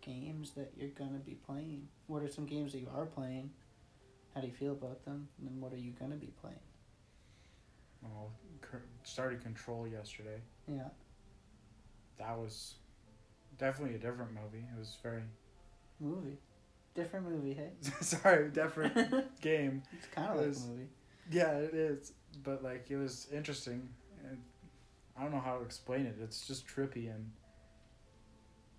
C: games that you're gonna be playing? What are some games that you are playing? How do you feel about them? And then what are you gonna be playing?
B: Well, Oh, cur- started Control yesterday.
C: Yeah.
B: That was definitely a different movie. It was very
C: Movie. Different movie, hey?
B: sorry, different game.
C: It's kind of like
B: Is-
C: a movie.
B: Yeah, it is. But like, it was interesting. And I don't know how to explain it. It's just trippy and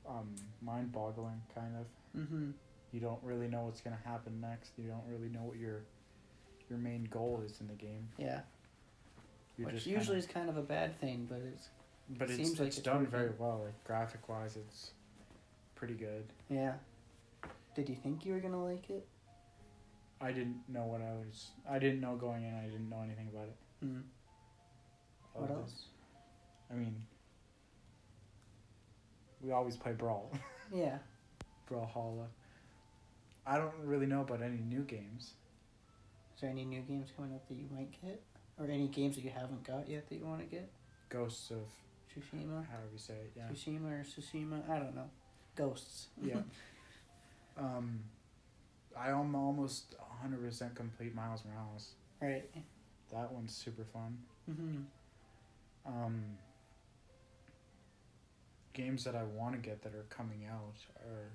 B: um, mind-boggling, kind of.
C: Mm-hmm.
B: You don't really know what's gonna happen next. You don't really know what your your main goal is in the game.
C: Yeah.
B: You're
C: Which
B: just
C: usually
B: kinda-
C: is kind of a bad thing, but it's
B: but it's,
C: seems like
B: it's
C: it's
B: done
C: working.
B: very well. Like graphic-wise, it's pretty good.
C: yeah. Did you think you were gonna like it?
B: I didn't know what I was. I didn't know going in. I didn't know anything about it.
C: Hmm. What
B: Other than-
C: else?
B: I mean, we always play Brawl,
C: Yeah.
B: Brawlhalla. I don't really know about any new games.
C: Is there any new games coming up that you might get, or any games that you haven't got yet that you want to get?
B: Ghosts of
C: Tsushima,
B: however you say it. Yeah.
C: Tsushima or Tsushima? I don't know. Ghosts.
B: Yeah. Um, I am almost 100% complete Miles Morales.
C: Right.
B: That one's super fun.
C: Mm-hmm.
B: Um, games that I want to get that are coming out are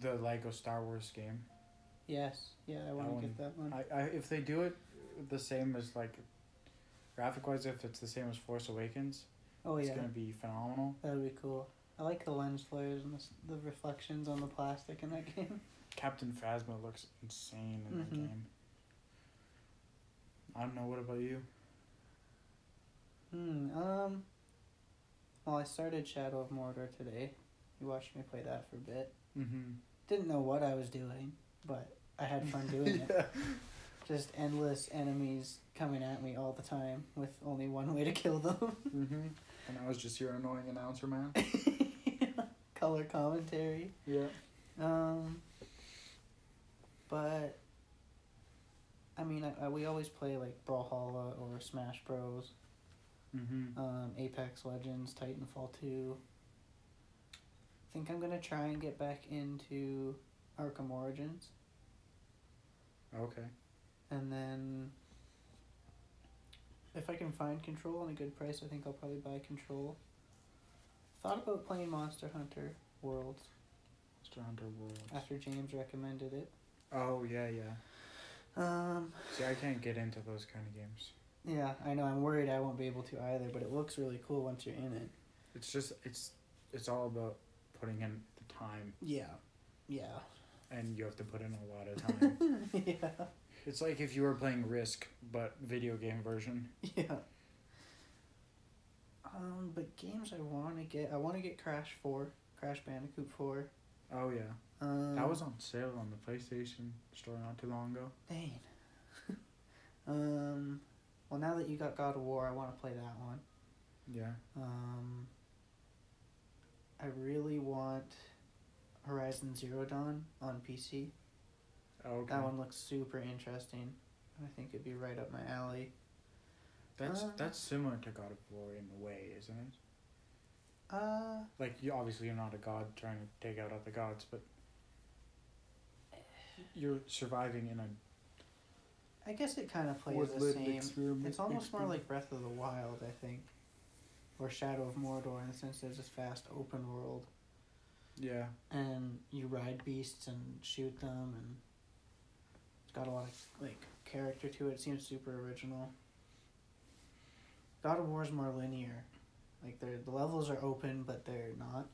B: the Lego Star Wars game.
C: Yes. Yeah, I want
B: one-
C: to get that one.
B: I, I if they do it the same as like graphic wise, if it's the same as Force Awakens,
C: oh
B: it's
C: yeah,
B: gonna be phenomenal.
C: that would be cool. I like the lens flares and the, s- the reflections on the plastic in that game.
B: Captain Phasma looks insane in
C: Mhm.
B: the game. I don't know. What about you?
C: Hmm. Um. Well, I started Shadow of Mordor today. You watched me play that for a bit.
B: Mm-hmm.
C: Didn't know what I was doing, but I had fun doing it. Just endless enemies coming at me all the time with only one way to kill them.
B: mm-hmm. And I was just your annoying announcer man.
C: Color commentary.
B: yeah.
C: Um, but I mean, I, I, we always play like Brawlhalla or Smash Bros,
B: Mm-hmm.
C: um, Apex Legends, Titanfall two. I think I'm gonna try and get back into Arkham Origins,
B: Oh, Okay.
C: and then if I can find Control and a good price, I think I'll probably buy Control. Thought about playing Monster Hunter Worlds
B: Mr. Hunter World.
C: after James recommended it.
B: Oh yeah, yeah.
C: Um,
B: See, I can't get into those kind of games.
C: Yeah, I know. I'm worried I won't be able to either, but it looks really cool once you're in it.
B: It's just it's it's all about putting in the time,
C: Yeah. Yeah.
B: and you have to put in a lot of time.
C: yeah.
B: It's like if you were playing Risk, but video game version.
C: Yeah. Um, but games I want to get, I want to get Crash 4, Crash Bandicoot 4.
B: Oh yeah,
C: Um,
B: that was on sale on the PlayStation store not too long ago.
C: Dang. um, well, now that you got God of War, I want to play that one.
B: Yeah.
C: Um, I really want Horizon Zero Dawn on PC.
B: Oh, okay.
C: That one looks super interesting. I think it'd be right up my alley.
B: That's
C: Uh.
B: that's similar to God of War in a way, isn't it?
C: Uh,
B: Like you obviously you're not a god trying to take out other gods, but you're surviving in a
C: I guess it kind of plays the
B: wood-lit
C: same.
B: experiment-
C: It's almost more
B: experiment.
C: like Breath of the Wild, I think, or Shadow of Mordor in the sense there's this vast open world
B: yeah.
C: and you ride beasts and shoot them and it's got a lot of like character to it. It seems super original. God of War is more linear, like they're the levels are open but they're not,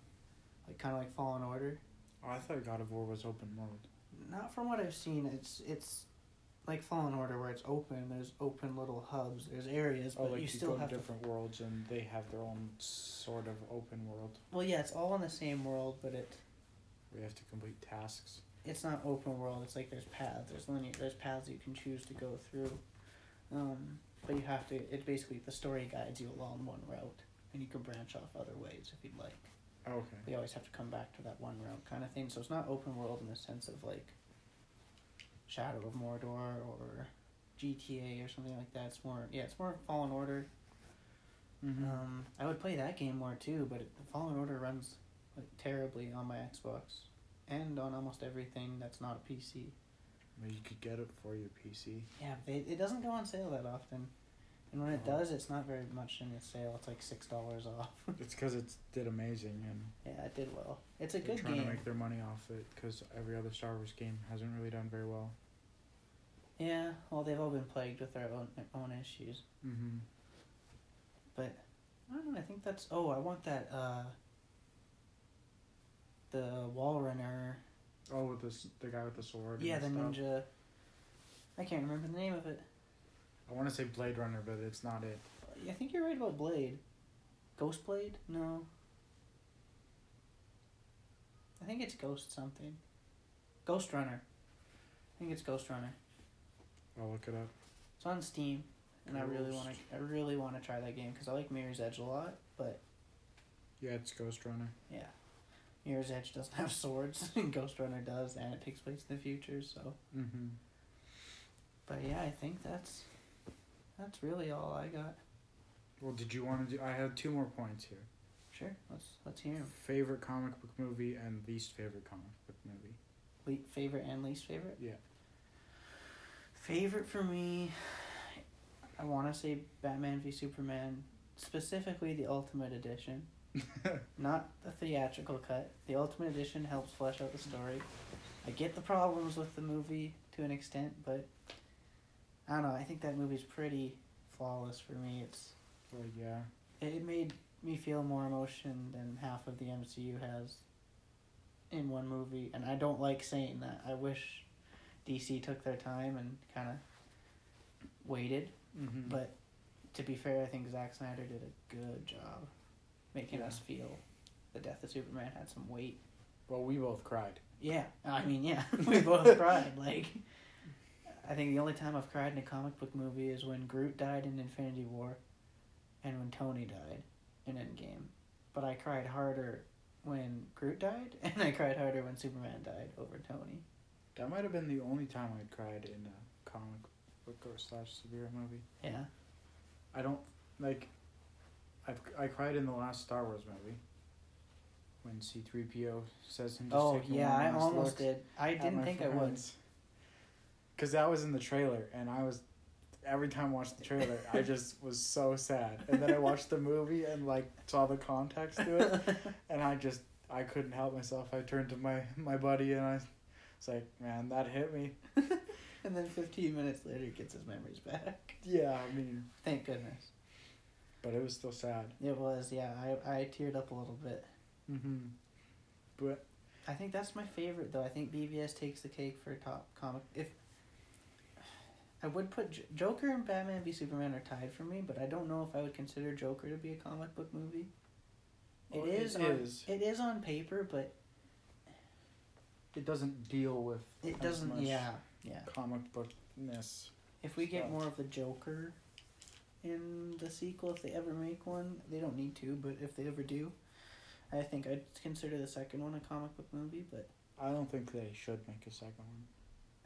C: like kind of like Fallen Order.
B: I thought God of War was open world.
C: Not from what I've seen. It's it's like Fallen Order where it's open. There's open little hubs. There's areas,
B: Oh,
C: but
B: like
C: you
B: you,
C: still
B: go to
C: have to.
B: different worlds and they have their own sort of open world.
C: Well, yeah, it's all in the same world, but it
B: We have to complete tasks.
C: it's not open world. It's like there's paths. There's linear. There's paths you can choose to go through. Um, but you have to. It basically the story guides you along one route, and you can branch off other ways if you'd like.
B: Oh, Okay.
C: But you always have to come back to that one route kind of thing. So it's not open world in the sense of like Shadow of Mordor or GTA or something like that. It's more yeah, it's more Fallen Order.
B: Mm-hmm.
C: Um, I would play that game more too, but it, the Fallen Order runs like terribly on my Xbox and on almost everything that's not a PC.
B: Well, you could get it for your PC.
C: Yeah, but it, it doesn't go on sale that often. And when it
B: Oh.
C: does, it's not very much in the sale. It's like six dollars off.
B: It's because it did amazing and
C: Yeah, it did well. It's a
B: they're
C: good
B: trying
C: game.
B: to make their money off it because every other Star Wars game hasn't really done very well.
C: Yeah, well, they've all been plagued with their own their own issues.
B: Mm-hmm.
C: But I don't know. I think that's. Oh, I want that. uh The wall runner.
B: Oh, with this the guy with the sword.
C: Yeah, the
B: and stuff.
C: ninja. I can't remember the name of it.
B: I want to say Blade Runner, but it's not it.
C: I think you're right about Blade. Ghost Blade? No. I think it's Ghost something. Ghost Runner. think it's Ghost Runner.
B: I'll look it up.
C: It's on Steam, and I really
B: Ghost.
C: want to. I really want to try that game because I like Mirror's Edge a lot, but
B: Yeah, it's Ghost Runner.
C: yeah, Mirror's Edge doesn't have swords, and Ghost Runner does, and it takes place in the future. So,
B: Mm-hmm.
C: but yeah, I think that's that's really all I got.
B: Well, did you want to do? I had two more points here.
C: Sure, let's let's hear 'em.
B: Favorite comic book movie and least favorite comic book movie.
C: Le- favorite and least favorite.
B: Yeah.
C: Favorite for me, I want to say Batman v Superman, specifically the Ultimate Edition. Not the theatrical cut. The Ultimate Edition helps flesh out the story. I get the problems with the movie to an extent, but I don't know. I think that movie's pretty flawless for me. It's
B: Well, yeah.
C: it it made me feel more emotion than half of the MCU has in one movie, and I don't like saying that. I wish DC took their time and kind of waited,
B: Mm-hmm.
C: but to be fair, I think Zack Snyder did a good job making
B: Yeah.
C: us feel the death of Superman had some weight.
B: well, we both cried.
C: Yeah, I mean, yeah, we both cried. Like, I think the only time I've cried in a comic book movie is when Groot died in Infinity War, and when Tony died in Endgame. But I cried harder when Groot died, and I cried harder when Superman died over Tony.
B: That might have been the only time I cried in a comic book or slash superhero movie.
C: Yeah,
B: I don't like. I've I cried in the last Star Wars movie. When C three PO says him. Just
C: Oh
B: taking
C: yeah,
B: one
C: I
B: last
C: almost
B: look
C: did. I
B: at
C: didn't
B: my
C: think I would.
B: friends. Cause that was in the trailer, and I was every time I watched the trailer, I just was so sad. And then I watched the movie and like saw the context to it, and I just I couldn't help myself. I turned to my my buddy and I, was like, man, that hit me.
C: And then fifteen minutes later, he gets his memories back.
B: Yeah, I mean,
C: Thank goodness.
B: but it was still sad.
C: It was yeah. I I teared up a little bit.
B: Mm-hmm. But
C: I think that's my favorite though. I think BVS takes the cake for top comic. If I would put J- Joker and Batman v Superman are tied for me, but I don't know if I would consider Joker to be a comic book movie.
B: Well,
C: it
B: it
C: is. on,
B: is.
C: It is on paper, but
B: it doesn't deal with
C: it
B: as
C: doesn't.
B: much
C: Yeah, yeah.
B: comic bookness.
C: If we get
B: Stuff.
C: more of the Joker in the sequel, if they ever make one, they don't need to, but if they ever do, I think I'd consider the second one a comic book movie. But
B: I don't think they should make a second one.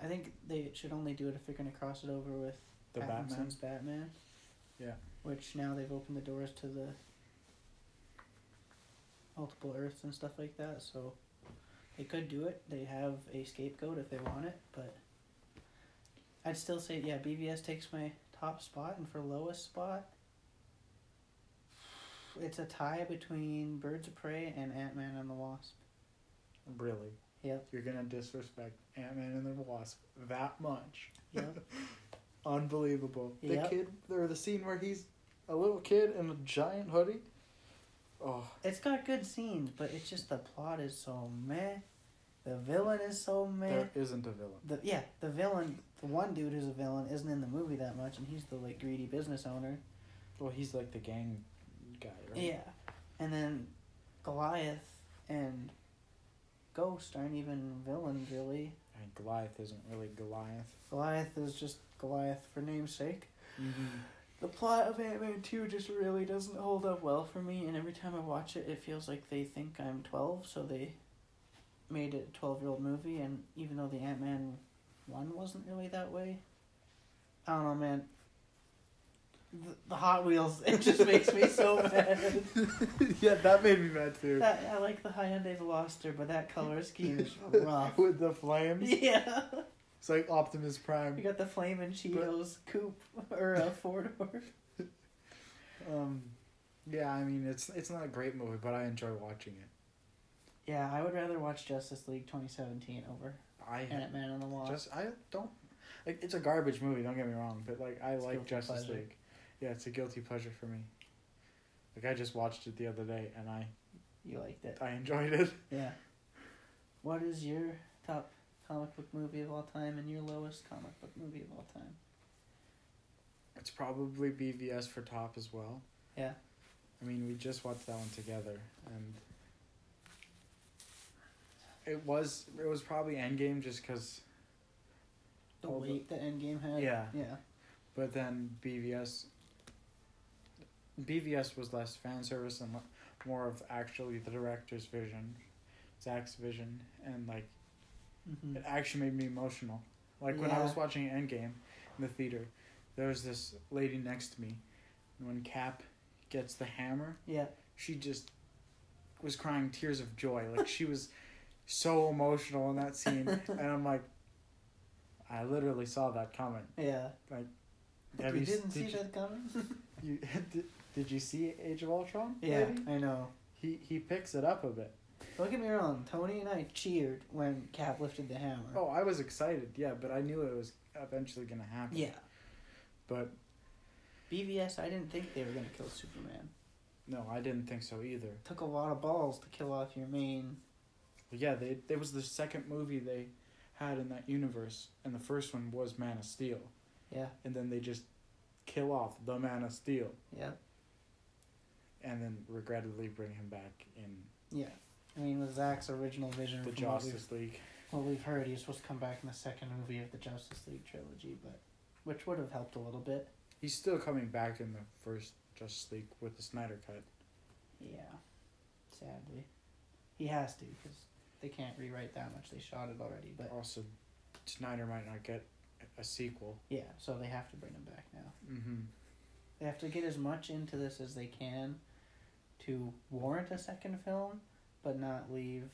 C: I think they should only do it if they're gonna cross it over with
B: The Batman.
C: Pattinson's Batman.
B: Yeah.
C: Which now they've opened the doors to the multiple Earths and stuff like that, so they could do it. They have a scapegoat if they want it, but I'd still say yeah, BVS takes my top spot and for lowest spot it's a tie between Birds of Prey and Ant Man and the Wasp.
B: Really?
C: Yep.
B: You're gonna disrespect Ant Man and the Wasp that much?
C: Yep.
B: Unbelievable.
C: Yep.
B: The kid, or the scene where he's a little kid in a giant hoodie. Oh,
C: It's got good scenes, but it's just the plot is so meh. The villain is so meh.
B: there isn't a villain.
C: The yeah, the villain, the one dude who's a villain isn't in the movie that much, and he's the like greedy business owner.
B: Well, he's like the gang guy, right?
C: Yeah, and then Goliath and Ghost aren't even villains really.
B: And Goliath isn't really Goliath.
C: Goliath is just Goliath for namesake.
B: Mm-hmm.
C: The plot of Ant Man two just really doesn't hold up well for me, and every time I watch it, it feels like they think I'm twelve, so they made it a twelve year old movie. And even though the Ant Man one wasn't really that way, I don't know, man. The, the Hot Wheels it just makes me so mad.
B: yeah, that made me mad too.
C: That, I like the Hyundai Veloster, but that color scheme is rough.
B: With the flames,
C: Yeah,
B: it's like Optimus
C: we
B: Prime.
C: got the flaming Cheetos coupe or a four door.
B: Um, yeah, I mean it's it's not a great movie, but I enjoy watching it.
C: Yeah, I would rather watch Justice League twenty seventeen over
B: I
C: Ant Man and the Wasp.
B: Just I don't like it's a garbage movie, don't get me wrong, but like I
C: It's
B: like
C: guilty
B: Justice
C: pleasure.
B: League. Yeah, it's a guilty pleasure for me. Like I just watched it the other day and I
C: you liked it.
B: I enjoyed it.
C: Yeah. What is your top comic book movie of all time and your lowest comic book movie of all time?
B: It's probably BVS for top as well.
C: Yeah.
B: I mean, we just watched that one together and it was it was probably Endgame just cuz
C: the
B: All the-
C: weight that Endgame had.
B: Yeah.
C: Yeah.
B: But then BVS. BVS was less fan service and mo- more of actually the director's vision, Zach's vision, and like
C: Mm-hmm.
B: it actually made me emotional. Like when I was
C: Yeah.
B: watching Endgame in the theater, there was this lady next to me, and when Cap gets the hammer,
C: Yeah.
B: she just was crying tears of joy. Like she was so emotional in that scene, and I'm like, I literally saw that coming.
C: Yeah.
B: Have
C: we
B: you s-
C: didn't see
B: did you-
C: that coming.
B: You did, did you see Age of Ultron?
C: yeah,
B: maybe?
C: I know.
B: He he picks it up a bit.
C: Don't get me wrong. Tony and I cheered when Cap lifted the hammer.
B: Oh, I was excited, yeah, but I knew it was eventually gonna happen.
C: Yeah.
B: But
C: BVS, I didn't think they were gonna kill Superman.
B: no, I didn't think so either.
C: Took a lot of balls to kill off your main.
B: But yeah, they it was the second movie they had in that universe, and the first one was Man of Steel,
C: Yeah.
B: and then they just kill off the Man of Steel,
C: Yeah.
B: and then regrettably bring him back in
C: Yeah. I mean, with Zach's original vision,
B: the
C: from what we've
B: Justice League.
C: Well, we've heard he's supposed to come back in the second movie of the Justice League trilogy, but which would have helped a little bit.
B: He's still coming back in the first Justice League with the Snyder cut.
C: Yeah, sadly, he has to because they can't rewrite that much. They shot it already, but
B: Also, Snyder might not get a- a sequel.
C: yeah, so they have to bring him back now.
B: Mm-hmm.
C: They have to get as much into this as they can to warrant a second film, but not leave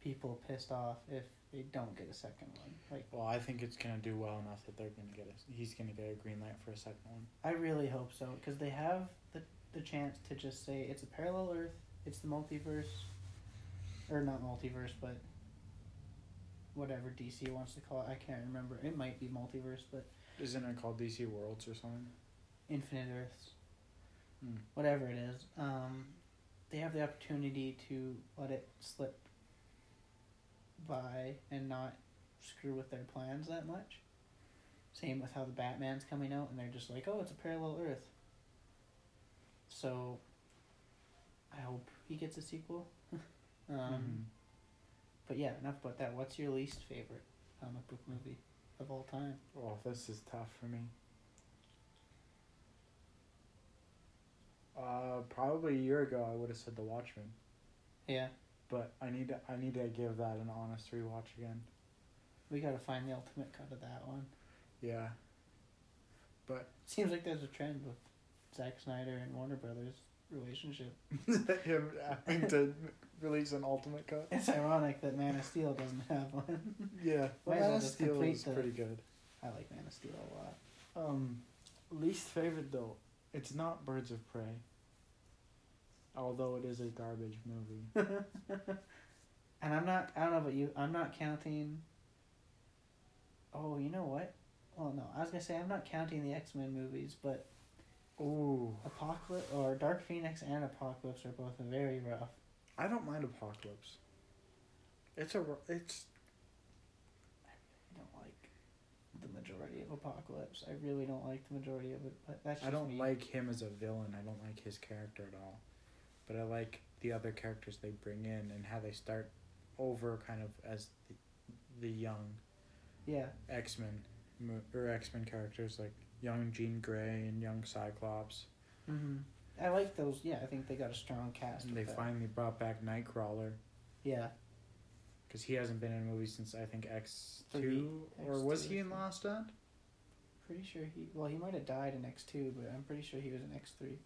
C: people pissed off if they don't get a second one. Like
B: Well, I think it's gonna do well enough that they're gonna get a he's gonna get a green light for a second one.
C: I really hope so because they have the the chance to just say it's a parallel Earth, it's the multiverse, or not multiverse, but whatever DC wants to call it. I can't remember. It might be multiverse, but
B: Isn't it called DC Worlds or something?
C: infinite Earths,
B: Mm.
C: whatever it is. Um, they have the opportunity to let it slip by and not screw with their plans that much. Same with how the Batman's coming out, and they're just like, oh, it's a parallel Earth. So, I hope he gets a sequel. um,
B: Mm-hmm.
C: But yeah, enough about that. What's your least favorite comic book movie of all time?
B: Oh, this is tough for me. Uh, probably a year ago I would have said The Watchmen,
C: Yeah,
B: but I need to I need to give that an honest rewatch again.
C: we gotta find the ultimate cut of that one.
B: Yeah. But
C: Seems like there's a trend with Zack Snyder and Warner Brothers relationship.
B: him having to release an ultimate cut.
C: It's ironic that Man of Steel doesn't have one.
B: Yeah,
C: Might
B: Man
C: as well
B: of
C: just
B: Steel
C: complete
B: is
C: the-
B: pretty good.
C: I like Man of Steel a lot.
B: Um, least favorite though, it's not Birds of Prey. Although it is a garbage movie.
C: And I'm not. I don't know about you. I'm not counting. Oh, you know what? Well, no. I was gonna say I'm not counting the X Men movies, but
B: Ooh,
C: Apocalypse or Dark Phoenix and Apocalypse are both very rough.
B: I don't mind Apocalypse. It's a r- it's
C: I don't like the majority of Apocalypse. I really don't like the majority of it. But that's just
B: I don't
C: me.
B: like him as a villain. I don't like his character at all. But I like the other characters they bring in and how they start over kind of as the, the young
C: Yeah,
B: X-Men mo- or X-Men characters like young Jean Grey and young Cyclops.
C: hmm I like those. Yeah, I think they got a strong cast.
B: And
C: with
B: they
C: that.
B: finally brought back Nightcrawler.
C: Yeah,
B: because he hasn't been in a movie since I think X
C: Three.
B: two, or was
C: X2,
B: he
C: I
B: in
C: think.
B: Last End?
C: pretty sure he. Well, he might have died in X two, but I'm pretty sure he was in X three.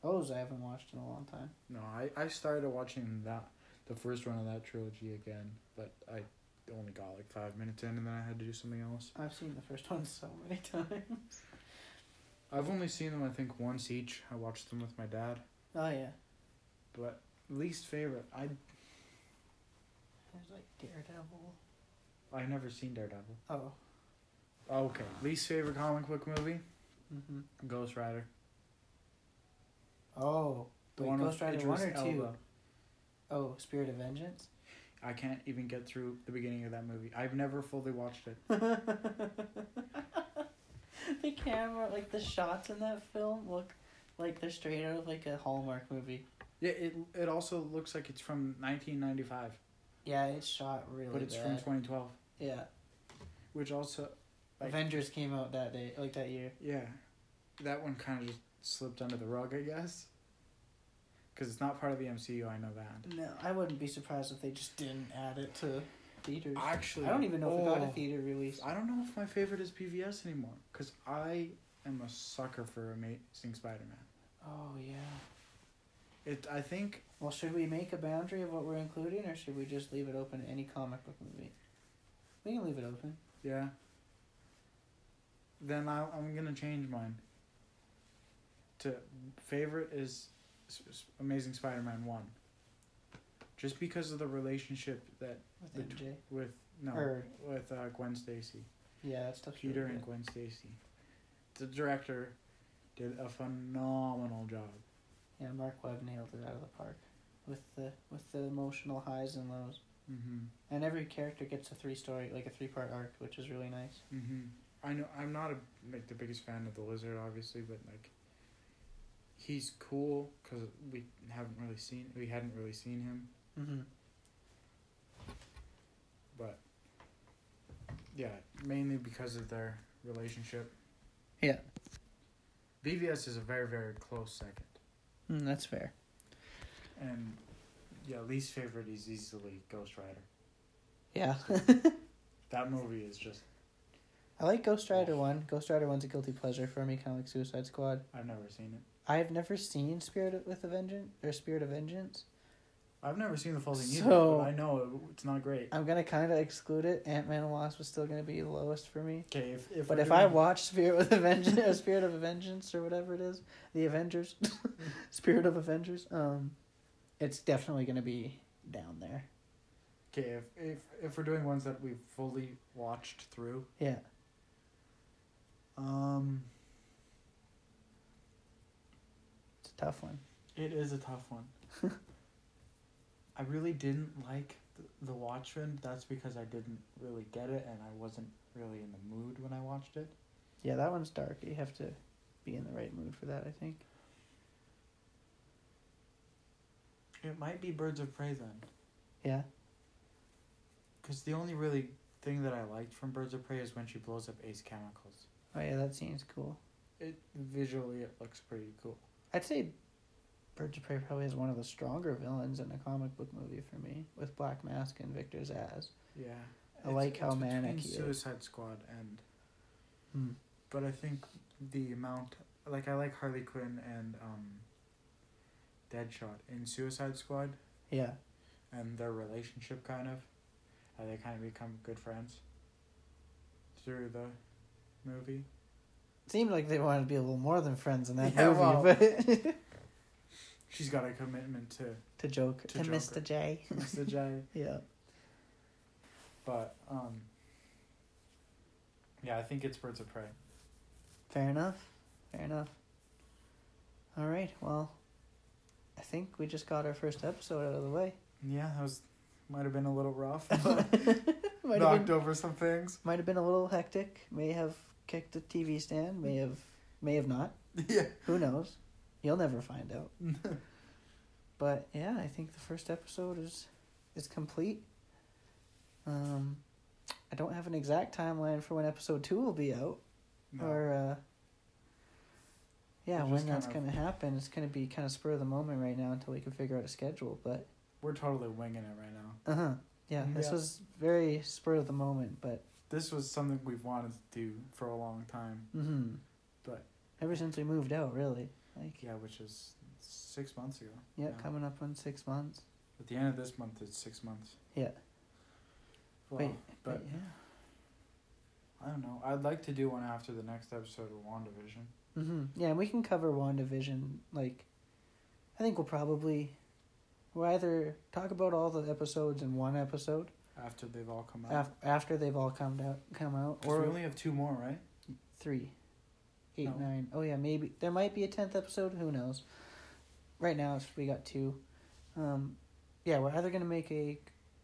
C: Those I haven't watched in a long time.
B: No, I I started watching that the first one of that trilogy again, but I only got like five minutes in, and then I had to do something else.
C: I've seen the first one so many times.
B: I've only seen them I think once each. I watched them with my dad,
C: Oh yeah,
B: but least favorite I
C: there's like Daredevil.
B: I never seen Daredevil. Oh,
C: Oh.
B: Okay, least favorite comic book movie
C: Mhm.
B: Ghost Rider.
C: Oh,
B: The
C: Wait,
B: one
C: Ghost
B: with
C: Rider
B: Idris
C: one or two?
B: Elba.
C: oh, Spirit of Vengeance.
B: I can't even get through the beginning of that movie. I've never fully watched it.
C: The camera, like the shots in that film, look like they're straight out of like a Hallmark movie.
B: Yeah, it it also looks like it's from 1995.
C: Yeah, it's shot really
B: but it's
C: bad.
B: from 2012
C: yeah,
B: which also Like-
C: Avengers came out that day, like that year.
B: Yeah, that one kind of just slipped under the rug, I guess. Because it's not part of the MCU, I know that.
C: No, I wouldn't be surprised if they just didn't add it to theaters. I,
B: Actually,
C: don't even know if it got
B: oh,
C: a theater release.
B: I don't know if my favorite is PVS anymore. Because I am a sucker for Amazing Spider Man.
C: Oh yeah.
B: It, I think,
C: Well, should we make a boundary of what we're including, or should we just leave it open to any comic book movie? We can leave it open.
B: yeah. Then I, I'm going to change mine. To favorite is S- S- Amazing Spider Man 1. Just because of the relationship that The
C: With
B: tw-
C: MJ.
B: with no
C: Or-
B: with uh, Gwen Stacy,
C: Yeah, that stuff's
B: Peter
C: really
B: and
C: good.
B: Gwen Stacy. The director did a phenomenal job.
C: Yeah, Mark Webb nailed it out of the park, with the with the emotional highs and lows.
B: Mm-hmm.
C: And every character gets a three story, like a three part arc, which is really nice.
B: Mm-hmm. I know I'm not a, like the biggest fan of the lizard, obviously, but like he's cool because we haven't really seen we hadn't really seen him,
C: Mm-hmm.
B: but yeah, mainly because of their relationship.
C: Yeah.
B: BVS is a very very close second.
C: Mm, that's fair.
B: And yeah, least favorite is easily Ghost Rider.
C: Yeah.
B: That movie is just
C: I like Ghost Rider 1. Ghost Rider 1's a guilty pleasure for me, kind of like Suicide Squad.
B: I've never seen it.
C: I've never seen Spirit of- with a Vengeance, or Spirit of Vengeance.
B: I've never seen the full thing either,
C: So-
B: but I know it, it's not great.
C: I'm going to kind of exclude it. Ant-Man and Wasp was still going to be the lowest for me.
B: Okay, if, if
C: But
B: we're
C: if I
B: doing-
C: watch Spirit with a Vengeance, or Spirit of a Vengeance, or whatever it is, the Avengers, Spirit of Avengers, um, it's definitely going to be down there.
B: okay, if, if if we're doing ones that we've fully watched through,
C: Yeah.
B: um,
C: It's a tough one.
B: it is a tough one. I really didn't like the, the Watchmen. That's because I didn't really get it, and I wasn't really in the mood when I watched it.
C: Yeah, that one's dark. You have to be in the right mood for that, I think.
B: It might be Birds of Prey then.
C: Yeah.
B: Because the only really thing that I liked from Birds of Prey is when she blows up Ace Chemicals.
C: Oh, yeah, that scene's cool.
B: It visually it looks pretty cool.
C: I'd say Birds of Prey probably is one of the stronger villains in a comic book movie for me, with Black Mask and Victor Zsasz.
B: Yeah.
C: I like how manic he is.
B: Suicide Squad and
C: Hmm.
B: but I think the amount like I like Harley Quinn and um Deadshot in Suicide Squad
C: Yeah,
B: and their relationship kind of how they kind of become good friends through the movie.
C: seemed like they wanted to be a little more than friends in that
B: Yeah,
C: movie,
B: well-
C: but
B: She's got a commitment to
C: to Joker,
B: To
C: to,
B: Joker.
C: Mr. J.
B: Mr. J.
C: yeah,
B: But um yeah, I think it's Birds of Prey.
C: fair enough, fair enough. All right, well, I think we just got our first episode out of the way.
B: Yeah, that was might have been a little rough.
C: might, have
B: Knocked
C: been,
B: over some things.
C: might have been a little hectic. May have kicked a TV stand. May have, may have not.
B: Yeah.
C: Who knows? You'll never find out. but yeah, I think the first episode is is complete. Um, I don't have an exact timeline for when episode two will be out, or uh, yeah,
B: We're
C: when
B: just
C: that's
B: kind
C: gonna happen. It's gonna be kind of spur of the moment right now until we can figure out a schedule. But
B: We're totally winging it right now.
C: uh huh, yeah,
B: Mm-hmm.
C: this
B: Yeah.
C: was very spur of the moment, but
B: This was something we've wanted to do for a long time,
C: mm-hmm.
B: but
C: ever since we moved out, really, like yeah,
B: yeah, which is six months ago. now.
C: coming up on six months.
B: At the end of this month, it's six months.
C: Yeah.
B: Well,
C: Wait,
B: but
C: but yeah.
B: I don't know. I'd like to do one after the next episode of WandaVision.
C: Mm-hmm. Yeah, and we can cover WandaVision. Like, I think we'll probably we'll either talk about all the episodes in one episode
B: After they've all come out.
C: af- after they've all come out, come out,
B: 'Cause
C: or
B: we only have two more, right?
C: three, eight,
B: No.
C: nine. Oh yeah, maybe there might be a tenth episode. Who knows? Right now, it's, we got two. Um, yeah, we're either gonna make a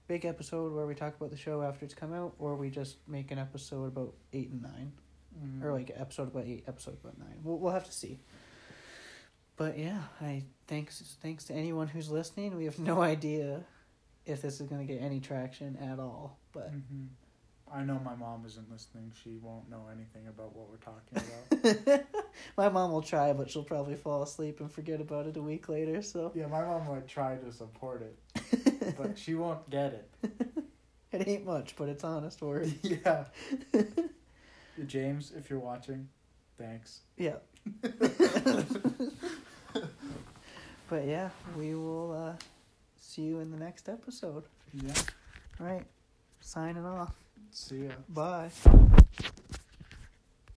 C: big episode where we talk about the show after it's come out, or we just make an episode about eight and nine.
B: Mm-hmm.
C: or like episode about eight, episode about nine. We'll we'll have to see. But yeah, I thanks thanks to anyone who's listening. We have no idea if this is gonna get any traction at all, but
B: Mhm. I know my mom isn't listening. She won't know anything about what we're talking about.
C: My mom will try, but she'll probably fall asleep and forget about it a week later. So
B: Yeah, my mom would try to support it, but
C: it
B: she won't get it.
C: ain't much, but it's honest work.
B: yeah. James, if you're watching, thanks.
C: Yeah. but yeah, we will uh, see you in the next episode.
B: Yeah.
C: All right, signing off.
B: See ya.
C: Bye.